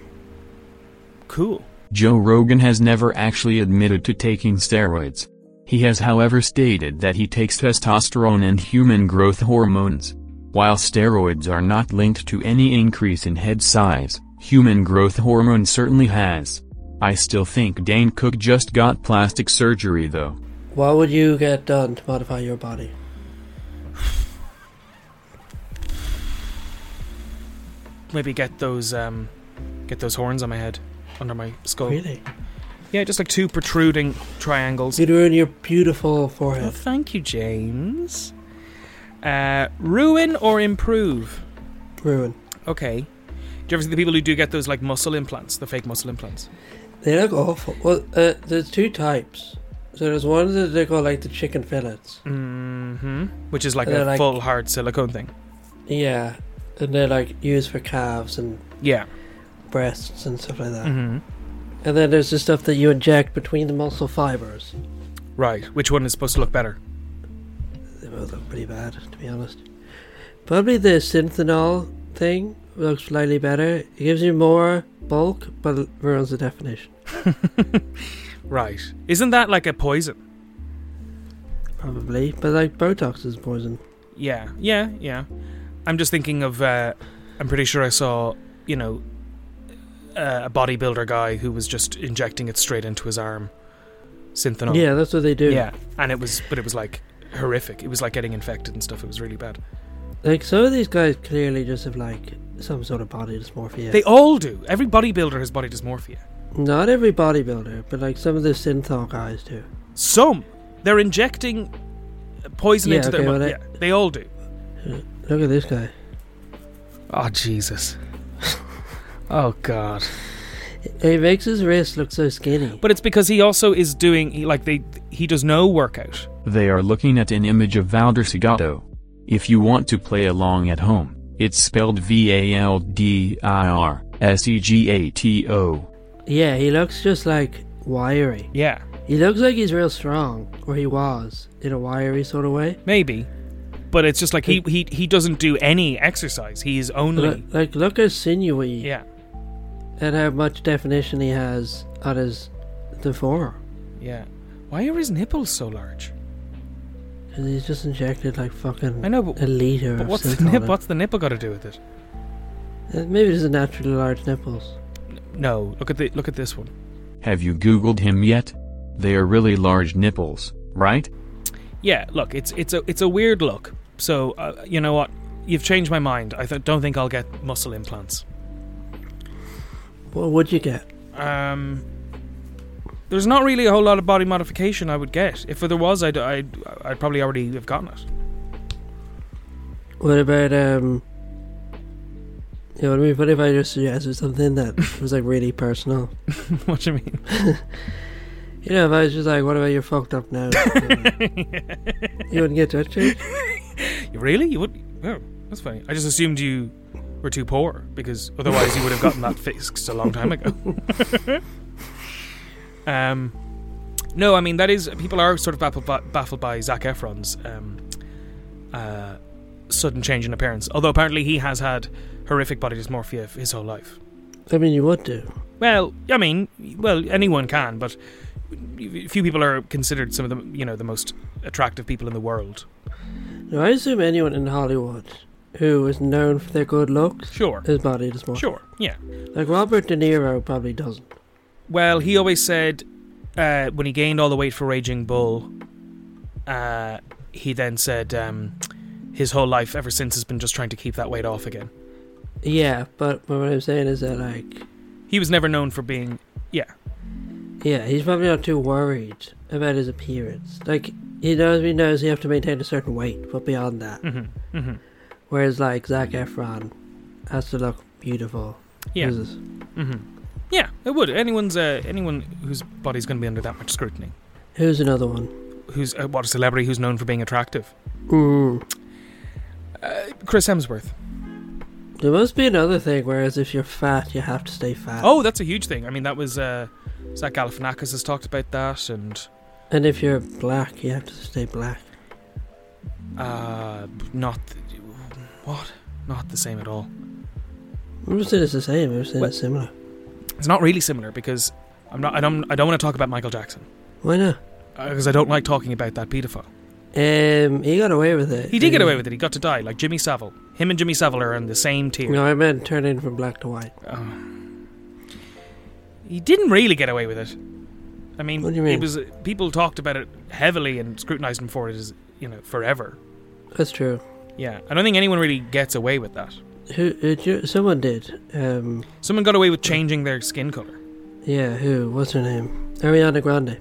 cool.
Joe Rogan has never actually admitted to taking steroids. He has however stated that he takes testosterone and human growth hormones. While steroids are not linked to any increase in head size, human growth hormone certainly has. I still think Dane Cook just got plastic surgery though.
What would you get done to modify your body?
Maybe get those um, get those horns on my head, under my skull.
Really?
Yeah, just like two protruding triangles.
You'd ruin your beautiful
Oh,
forehead.
thank you, James. Uh, ruin or improve?
Ruin.
Okay. Do you ever see the people who do get those like muscle implants, the fake muscle implants?
They look awful. Well, uh, there's two types. So there's one that they call like the chicken fillets.
Mm-hmm. Which is like
They're
a
like-
full hard silicone thing.
Yeah, and they're like used for calves and
Yeah.
breasts and stuff like that.
Mm-hmm.
And then there's the stuff that you inject between the muscle fibers.
Right. Which one is supposed to look better?
They both look pretty bad, to be honest. Probably the synthenol thing looks slightly better. It gives you more bulk, but it ruins the definition.
Right. Isn't that like a poison?
Probably, but like Botox is poison.
Yeah. Yeah. Yeah. I'm just thinking of. Uh, I'm pretty sure I saw. You know. Uh, a bodybuilder guy who was just injecting it straight into his arm. Synthenol.
Yeah, that's what they do.
Oh. Yeah. And it was, but it was like horrific. It was like getting infected and stuff. It was really bad.
Like some of these guys clearly just have like some sort of body dysmorphia.
They all do. Every bodybuilder has body dysmorphia.
Not every bodybuilder, but like some of the synthol guys do.
Some. They're injecting uh, poison
Yeah,
into their
okay,
mouth.
well,
yeah, they all do.
Look at this guy.
Oh Jesus. oh God.
He makes his wrist look so skinny.
But it's because he also is doing he, like they he does no workout.
They are looking at an image of Valder Segato. If you want to play along at home, it's spelled E V-A-L-D-I-R-S-E-G-A-T-O.
Yeah, he looks just like wiry.
Yeah,
He looks like he's real strong, or he was, in a wiry sort of way.
maybe. But it's just like he he, he doesn't do any exercise. He is only
Look, like, look how sinewy
yeah
and how much definition he has on his the forearm.
yeah. Why are his nipples so large?
'Cause he's just injected like fucking
I know, but-
a liter
But
of
what's the
synthol
nip,
in.
what's the nipple got to do with it?
Uh, Maybe just a naturally large nipples.
No, look at the look at this one.
Have you googled him yet? They are really large nipples, right?
Yeah, look, it's it's a it's a weird look. So uh, you know what? You've changed my mind. I th- don't think I'll get muscle implants.
What would you get?
Um, there's not really a whole lot of body modification I would get. If there was, I'd I'd, I'd probably already have gotten it.
What about um? Yeah, what I mean, what if I just suggested something that was like really personal?
what do you mean?
You know, if I was just like, "What about your fucked up nose?" you wouldn't get to it, Jake?
You really? You would? Oh, that's funny. I just assumed you were too poor because otherwise you would have gotten that fixed a long time ago. um, no, I mean that is people are sort of baffled by, baffled by Zac Efron's um, uh, sudden change in appearance. Although apparently he has had horrific body dysmorphia f- his whole life.
I mean, you would do.
Well, I mean, well, anyone can, but few people are considered some of the you know the most attractive people in the world.
Now, I assume anyone in Hollywood who is known for their good looks
Sure,
is body dysmorphic.
sure, yeah.
Like Robert De Niro probably doesn't.
Well, he always said uh, when he gained all the weight for Raging Bull, uh, he then said um, his whole life ever since has been just trying to keep that weight off again.
Yeah, but what I'm saying is that like,
He was never known for being
yeah, he's probably not too worried about his appearance. Like he knows he knows he have to maintain a certain weight, but beyond that,
hmm hmm
whereas like Zac Efron has to look beautiful.
Mm-hmm. Yeah.
Jesus.
hmm Yeah, it would. Anyone's uh, anyone whose body's going to be under that much scrutiny,
Who's another one?
who's uh, what a celebrity who's known for being attractive. Mm-hmm.
Mm.
Uh, Chris Hemsworth.
There must be another thing. Whereas if you're fat, you have to stay fat.
Oh, that's a huge thing. I mean, that was uh, Zach Galifianakis has talked about that, and
And if you're black, you have to stay black.
uh, not th- what, not the same at all.
I'm just saying it's the same. I'm just saying
Well-
it's similar.
It's not really similar because I'm not. I don't. I don't want to talk about Michael Jackson
Why not?
because I don't like talking about that pedophile.
Um, he got away with it.
He did get away with it. He got to die, like Jimmy Savile. Him and Jimmy Savile are in the same tier.
No, I meant turning from black to white.
Um, he didn't really get away with it. I mean,
What do you
it
mean?
was people talked about it heavily and scrutinized him for it, as you know, forever.
That's true.
Yeah, I don't think anyone really gets away with that.
Who? Uh, ju- someone did. Um,
Someone got away with changing their skin color.
yeah. Who? What's her name? Ariana Grande.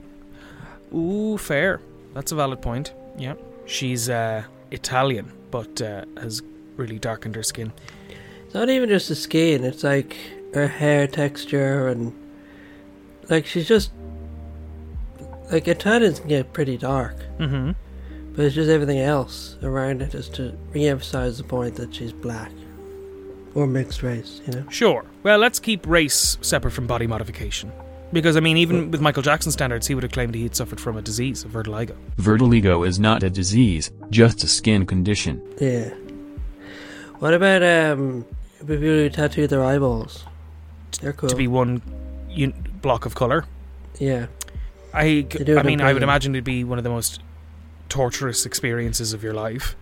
Ooh, fair. That's a valid point. Yeah, she's uh, Italian, but uh, has really darkened her skin.
It's not even just the skin. It's like her hair texture and like she's just like Italians can get pretty dark,
Mm-hmm.
but it's just everything else around it is to re-emphasize the point that she's black or mixed race. You know.
Sure. Well, let's keep race separate from body modification. Because, I mean, even with Michael Jackson standards, he would have claimed he'd suffered from a disease, of vertigo.
Vertigo is not a disease, just a skin condition.
Yeah. What about um people who tattoo their eyeballs? They're cool.
to be one un- block of color.
yeah.
I,
They do it
I
in
mean, I would
prison.
imagine it'd be one of the most torturous experiences of your life.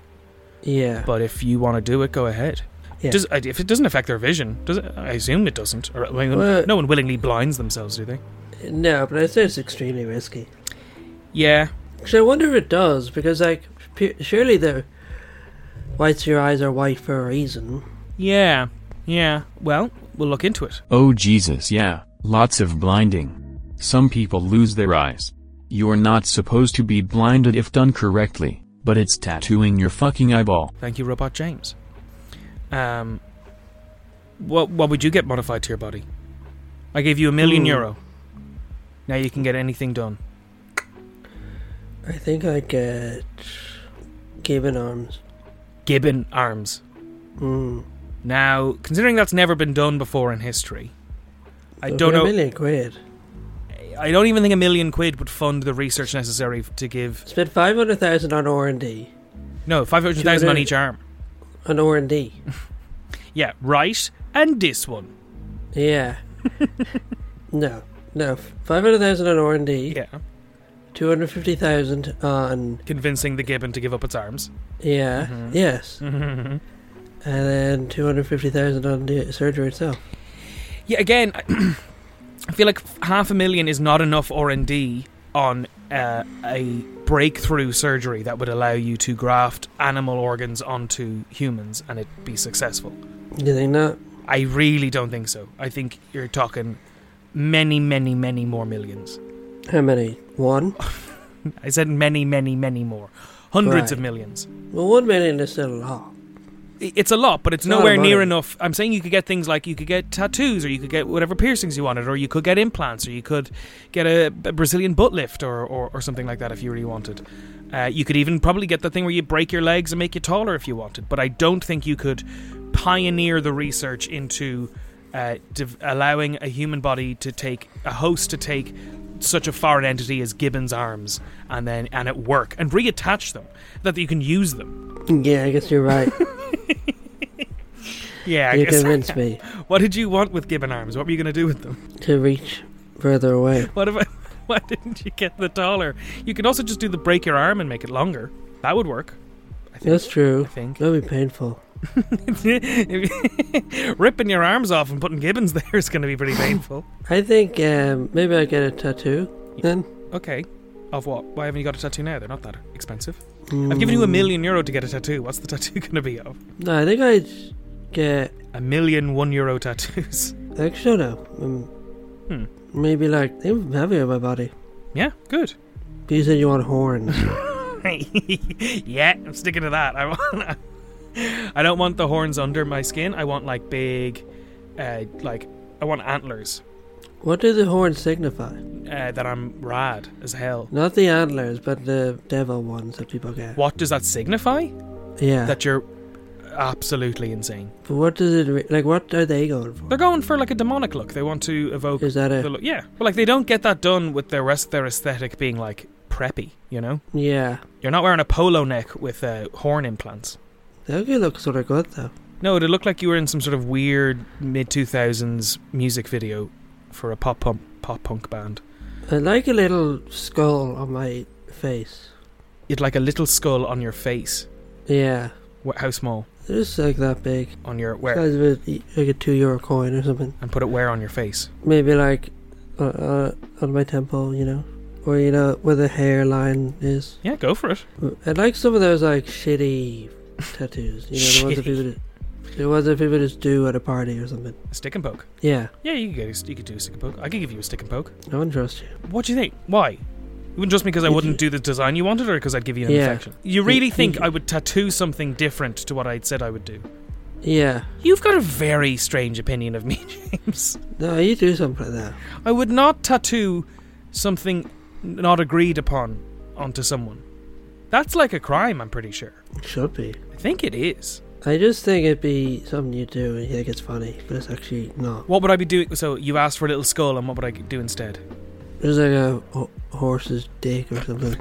Yeah.
But if you want to do it, go ahead.
Yeah.
Does, if it doesn't affect their vision, does it, I assume it doesn't. Or, I mean,
Well-
no one willingly blinds themselves, do they?
no, but I say it's extremely risky.
Yeah,
Actually, I wonder if it does because like pu- surely the whites of your eyes are white for a reason.
yeah, yeah. Well, we'll look into it.
Oh Jesus, yeah, lots of blinding. Some people lose their eyes. You're not supposed to be blinded if done correctly, but it's tattooing your fucking eyeball.
Thank you, Robot James. Um, what what would you get modified to your body? I gave you a million
Hmm.
euro. Now you can get anything done.
I think I get given arms.
Gibbon arms.
Mm.
Now, considering that's never been done before in history, I
So
don't
for
know.
A million quid.
I don't even think a million quid would fund the research necessary f- to give.
Spent five hundred thousand on R and D.
No, five hundred thousand on each arm.
On R and D.
Yeah, right. And this one.
Yeah. no, no. Five hundred thousand on R and D.
Yeah,
Two hundred fifty thousand on
convincing the gibbon to give up its arms.
yeah,
Mhm.
yes,
yeah,
and then two hundred fifty thousand on the surgery itself.
again, I feel like f- half a million is not enough R and D on uh, a breakthrough surgery that would allow you to graft animal organs onto humans and it be successful.
You think not?
I really don't think so. I think you're talking many, many, many more millions.
How many? One.
I said many, many, many more. Hundreds of
Right.
millions.
Well, one million is still a lot.
I- It's a lot, but it's,
It's a lot of
nowhere near
money.
enough. I'm saying you could get things like you could get tattoos, or you could get whatever piercings you wanted, or you could get implants, or you could get a, a Brazilian butt lift, or, or, or something like that if you really wanted. Uh, you could even probably get the thing where you break your legs and make you taller if you wanted. But I don't think you could pioneer the research into uh, div- allowing a human body to take a host to take such a foreign entity as Gibbon's arms and then and at work and reattach them that you can use them.
Yeah, I guess you're right.
Yeah, I
you
guess.
convinced me
What did you want with Gibbon arms? What were you going to do with them?
to reach further away.
What if I, why didn't you get the taller? You could also just do the break your arm and make it longer. That would work.
That's
I
true.
think
That'd be painful.
ripping your arms off and putting Gibbons there is going to be pretty painful.
I think um, maybe I get a tattoo then.
Okay. Of what? Why haven't you got a tattoo now? They're not that expensive. I've given you a
Mm,
million euro to get a tattoo. What's the tattoo going to be of?
No, I think I'd get.
A million one euro tattoos.
Actually, no. Um,
Hmm.
Maybe like even heavier on my body.
Yeah, good.
But you said you want horns.
yeah, I'm sticking to that. I want. I don't want the horns under my skin. I want like big, uh, like I want antlers
what do the horns signify?
uh, that I'm rad as hell.
Not the antlers, but the devil ones that people get.
What does that signify?
Yeah.
That you're absolutely insane.
but what does it re- like? What are they going for?
They're going for like a demonic look. They want to evoke
Is that
the
a
look. Yeah, well, like they don't get that done with the rest of their aesthetic being like preppy. You know,
yeah?
you're not wearing a polo neck with uh, horn implants.
That could look sort of good though.
No, it looked like you were in some sort of weird mid two thousands music video for a pop punk pop punk band.
I like a little skull on my face.
You'd like a little skull on your face.
Yeah,
Wh- How small
just like that big.
on your where?
Size of a, like a two euro coin or something.
And put it where on your face?
Maybe like uh, uh, on my temple, you know, or you know where the hairline is.
Yeah, go for it.
I like some of those like shitty tattoos. You know, the ones that people just, the ones that people just do at a party or something.
A stick and poke.
Yeah,
Yeah, you could get a st- you could do a stick and poke. I could give you a stick and poke.
I wouldn't trust you.
What do you think? Why? You wouldn't trust me because I
If
wouldn't
you-
do the design you wanted, or because I'd give you an
Yeah.
infection? You really
If
think
you-
I would tattoo something different to what I'd said I would do?
Yeah.
You've got a very strange opinion of me, James.
No, you do something like that.
I would not tattoo something not agreed upon onto someone. That's like a crime, I'm pretty sure.
It should be.
I think it is.
I just think it'd be something you do and you think it's funny, but it's actually not.
What would I be doing? So you asked for a little skull, and what would I do instead?
It's like a ho- horse's dick or something.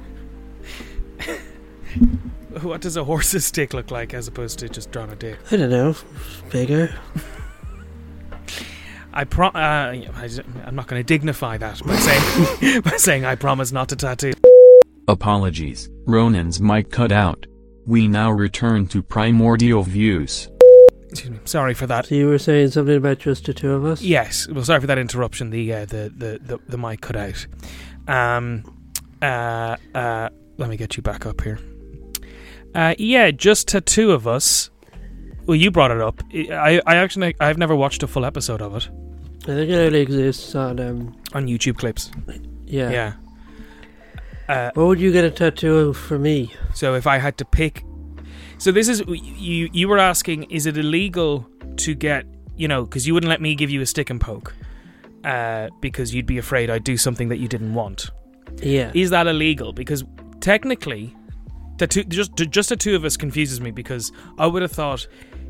What does a horse's stick look like as opposed to just drawing a dick?
I don't know. Bigger.
I pro. Uh, I, am not going to dignify that by saying by saying I promise not to tattoo.
Apologies, Ronan's mic cut out. We now return to primordial views.
Excuse me. Sorry for that.
So you were saying something about just the two of us?
Yes. Well, sorry for that interruption. The uh, the, the the the mic cut out. Um. Uh. Uh. Let me get you back up here. Uh. Yeah. Just to two of us. Well, you brought it up. I I actually I've never watched a full episode of it
I think it only exists on, um,
on YouTube clips.
yeah.
Yeah. Uh,
What would you get a tattoo for me?
So if I had to pick, so this is you. You were asking, is it illegal to get you know because you wouldn't let me give you a stick and poke uh, because you'd be afraid I'd do something that you didn't want.
Yeah.
Is that illegal? Because technically, tattoo just just the two of us confuses me because I would have thought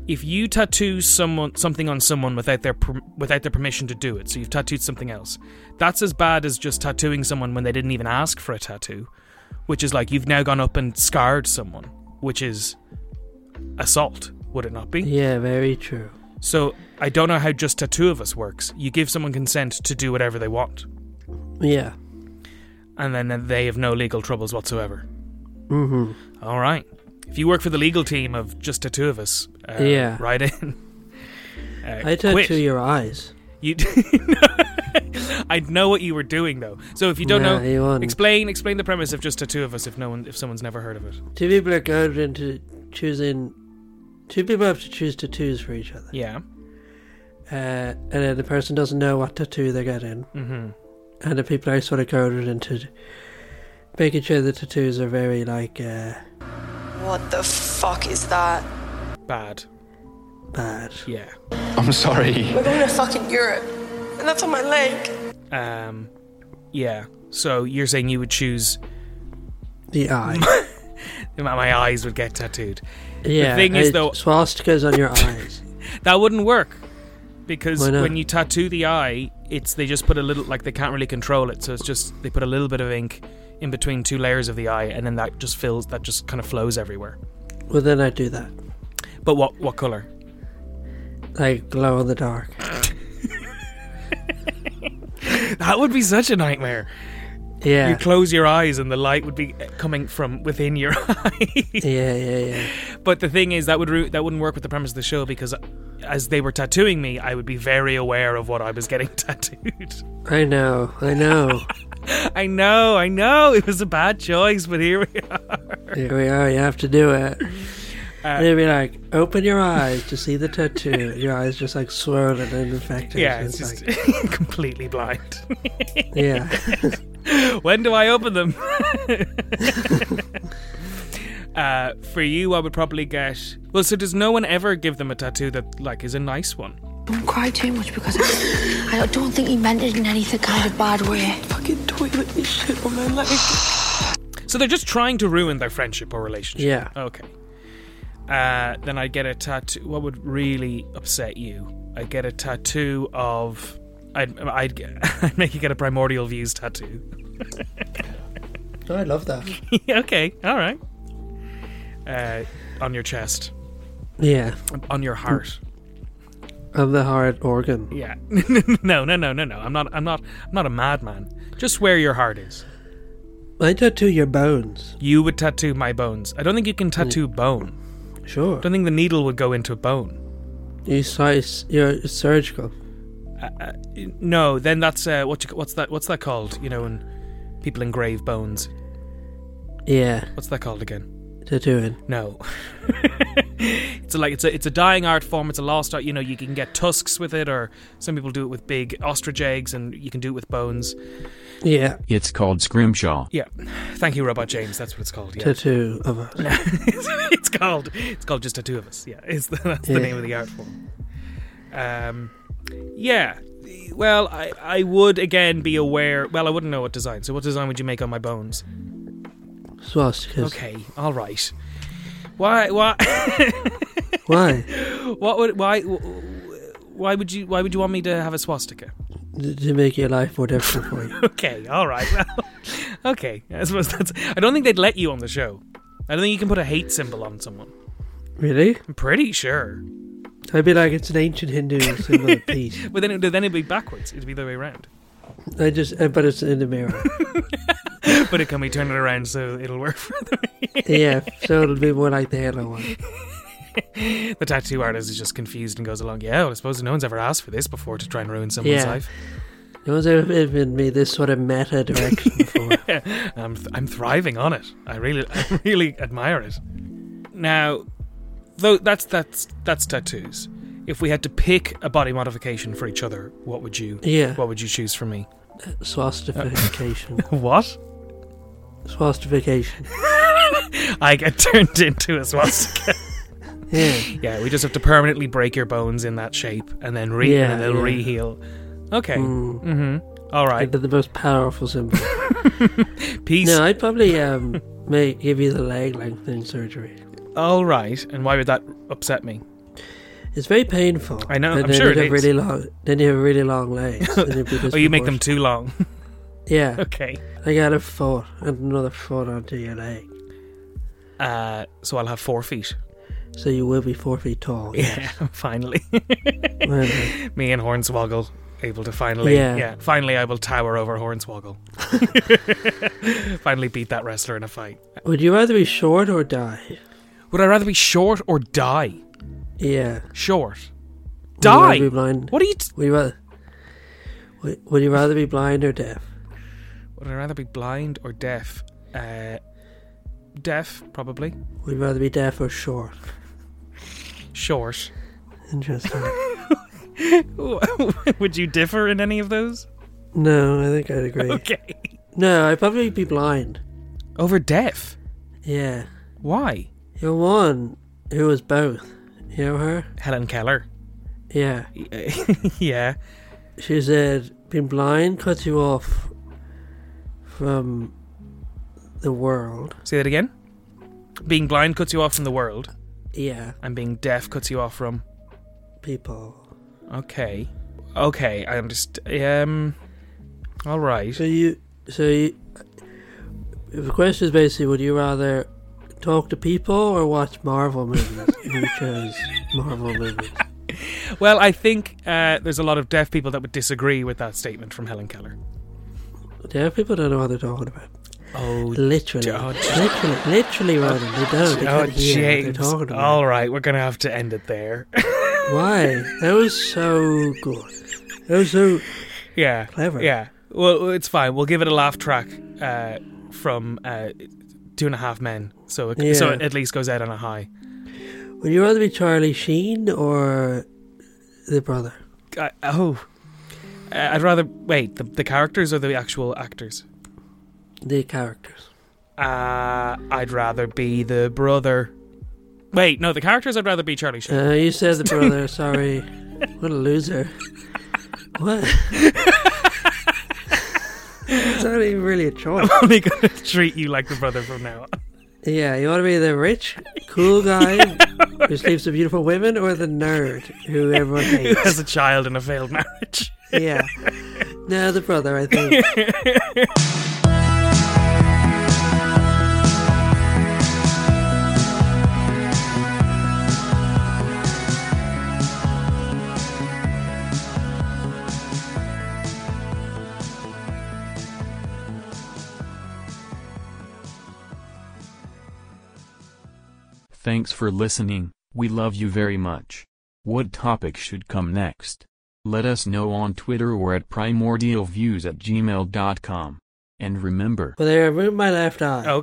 if you tattoo someone something on someone without their per, without their permission to do it, so you've tattooed something else, that's as bad as just tattooing someone when they didn't even ask for a tattoo, which is like you've now gone up and scarred someone, which is assault, would it not be?
Yeah, very true.
So I don't know how just tattoo of us works. You give someone consent to do whatever they want,
Yeah.
and then they have no legal troubles whatsoever.
Mm-hmm.
All right. If you work for the legal team of just the two of us, uh,
Yeah.
right in. Uh,
I tattoo
quit.
your eyes.
You- I know what you were doing though. So if you don't
Nah,
know,
you wouldn't.
explain explain the premise of just the two of us. If no one, if someone's never heard of it,
Two people are goaded into choosing. Two people have to choose tattoos for each other.
yeah.
Uh, and then the person doesn't know what tattoo they're getting.
Mm-hmm.
And the people are sort of goaded into making sure the tattoos are very, like, uh,
What the fuck is that?
Bad.
bad.
Yeah.
I'm sorry.
We're going to fucking Europe. And that's on my leg.
Um. Yeah. So you're saying you would choose
The eye.
my, my eyes would get tattooed.
yeah.
thing is,
I-
though-
Swastikas on your eyes.
That wouldn't work because
Why not?
when you tattoo the eye, it's they just put a little like they can't really control it, so it's just they put a little bit of ink in between two layers of the eye, and then that just fills that just kind of flows everywhere.
Well, then I do that.
But what what color?
Like glow in the dark.
That would be such a nightmare. You
Yeah.
close your eyes, and the light would be eh, coming from within your eye.
yeah, yeah, yeah.
But the thing is, that would ru- that wouldn't work with the premise of the show because as they were tattooing me, I would be very aware of what I was getting tattooed.
I know, I know.
I know, I know, it was a bad choice, but here we are.
Here we are, you have to do it.
Uh,
and it'd be like, open your eyes to see the tattoo. your eyes just like swollen and infected.
Yeah,
And
it's
it's
just completely blind.
like, yeah.
when do I open them? uh, for you, I would probably get. Well, so does no one ever give them a tattoo that like is a nice one?
Don't cry too much because I, I don't think he meant it in any kind of bad way.
So they're just trying to ruin their friendship or relationship.
Yeah.
Okay. Uh, then I get a tattoo. What would really upset you? I get a tattoo of. I'd, I'd, get, I'd make you get a primordial views tattoo.
No, I love that.
okay, all right. Uh, on your chest,
Yeah.
on your heart.
Of the heart organ.
Yeah. no, no, no, no, no. I'm not. I'm not. I'm not a madman. Just where your heart is.
I tattoo your bones.
You would tattoo my bones. I don't think you can tattoo bone.
Sure.
I don't think the needle would go into a bone.
You slice your surgical.
No, then that's uh, what you, what's that? What's that called? You know, when people engrave bones.
Yeah.
What's that called again?
Tattooing.
No. it's like it's a it's a dying art form. It's a lost art. You know, you can get tusks with it, or some people do it with big ostrich eggs, and you can do it with bones.
Yeah.
It's called scrimshaw.
Yeah. Thank you, Robot James. That's what it's called. Yeah.
Tattoo of us.
it's called it's called just tattoo of us. Yeah, it's the, that's
Yeah.
the name of the art form. Um, yeah. Well, I I would again be aware. Well, I wouldn't know what design. So, what design would you make on my bones?
Swastikas.
Okay, all right. Why why
Why?
what would why why would you why would you want me to have a swastika?
D- to make your life more difficult for you.
Okay, all right. Well, okay, I suppose that's. I don't think they'd let you on the show. I don't think you can put a hate symbol on someone.
Really?
I'm pretty sure.
I'd be like, it's an ancient Hindu symbol of peace.
But then, it, then it'd be backwards. It'd be the other way around.
I just, uh, but it's in the mirror.
But it can be turned around so it'll work for them.
yeah, so it'll be more like the yellow one.
the tattoo artist is just confused and goes along. Yeah, well, I suppose no one's ever asked for this before to try and ruin someone's
Yeah.
life.
No one's ever given me this sort of meta direction before.
I'm th- I'm thriving on it. I really I really admire it. Now, though that's that's that's tattoos. If we had to pick a body modification for each other, what would you
Yeah.
what would you choose for me?
Swastification.
What?
Swastification.
I get turned into a swastika.
Yeah.
yeah, we just have to permanently break your bones in that shape and then re
Yeah,
and they'll
yeah.
re-heal. Okay.
Mm.
Mm-hmm. All right.
Like the most powerful symbol.
Peace.
No, I'd probably um make give you the leg lengthening surgery.
All right. And why would that upset me?
It's very painful.
I know,
And
I'm
then
sure
you'd
it
have
is.
really long. Then you have really long legs. and you'd be
Oh, you make them
disproportionate.
too long.
yeah,
okay.
I got a foot and another foot onto your leg,
Uh, so I'll have four feet.
so you will be four feet tall.
Yeah, finally.
Well,
Me and Hornswoggle able to finally yeah.
Yeah.
finally I will tower over Hornswoggle. finally beat that wrestler in a fight.
Would you rather be short or die?
Would I rather be short or die?
Yeah.
Short.
Would you rather
Die.
be blind?
What are you t-
Would you rather? Would would you rather be blind or deaf?
Would I rather be blind or deaf? Uh deaf probably.
Would you rather be deaf or short?
Short.
Interesting.
Would you differ in any of those?
no, I think I'd agree.
Okay.
No, I'd probably be blind.
Over deaf.
Yeah.
Why?
Your one who was both. You know her?
Helen Keller.
Yeah.
yeah.
She said being blind cuts you off from the world.
Say that again. Being blind cuts you off from the world,
Yeah.
and being deaf cuts you off from.
People.
Okay. Okay, I'm just um. All right.
So you, so you, the question is basically: Would you rather talk to people or watch Marvel movies? And you chose Marvel movies.
Well, I think uh, there's a lot of deaf people that would disagree with that statement from Helen Keller.
Deaf people don't know what they're talking about.
Oh,
Literally,
Oh,
literally, literally, Ronan. They don't. They
oh,
can't hear what they're
James. Oh.
talking about.
All right, we're gonna have to end it there.
Why? That was so good. That was so.
yeah,
Clever.
Yeah. Well, it's fine. We'll give it a laugh track uh, from uh, Two and a Half Men, so it, so
Yeah.
it at least goes out on a high.
Would you rather be Charlie Sheen or the brother?
I, oh, Uh, I'd rather wait the the characters or the actual actors.
The characters.
Uh, I'd rather be the brother. Wait, no, the characters. I'd rather be Charlie Sheen.
Uh, you said the brother. Sorry. What a loser. What? it's not even really a choice.
I'm only gonna treat you like the brother from now on.
Yeah, you want to be the rich, cool guy who sleeps with beautiful women, or the nerd who everyone
Who
hates?
has a child and a failed marriage?
yeah. No, the brother, I think.
Thanks for listening. We love you very much. What topic should come next? Let us know on Twitter or at primordialviews at gmail.com. And remember,
Well, they removed my left eye.
Oh,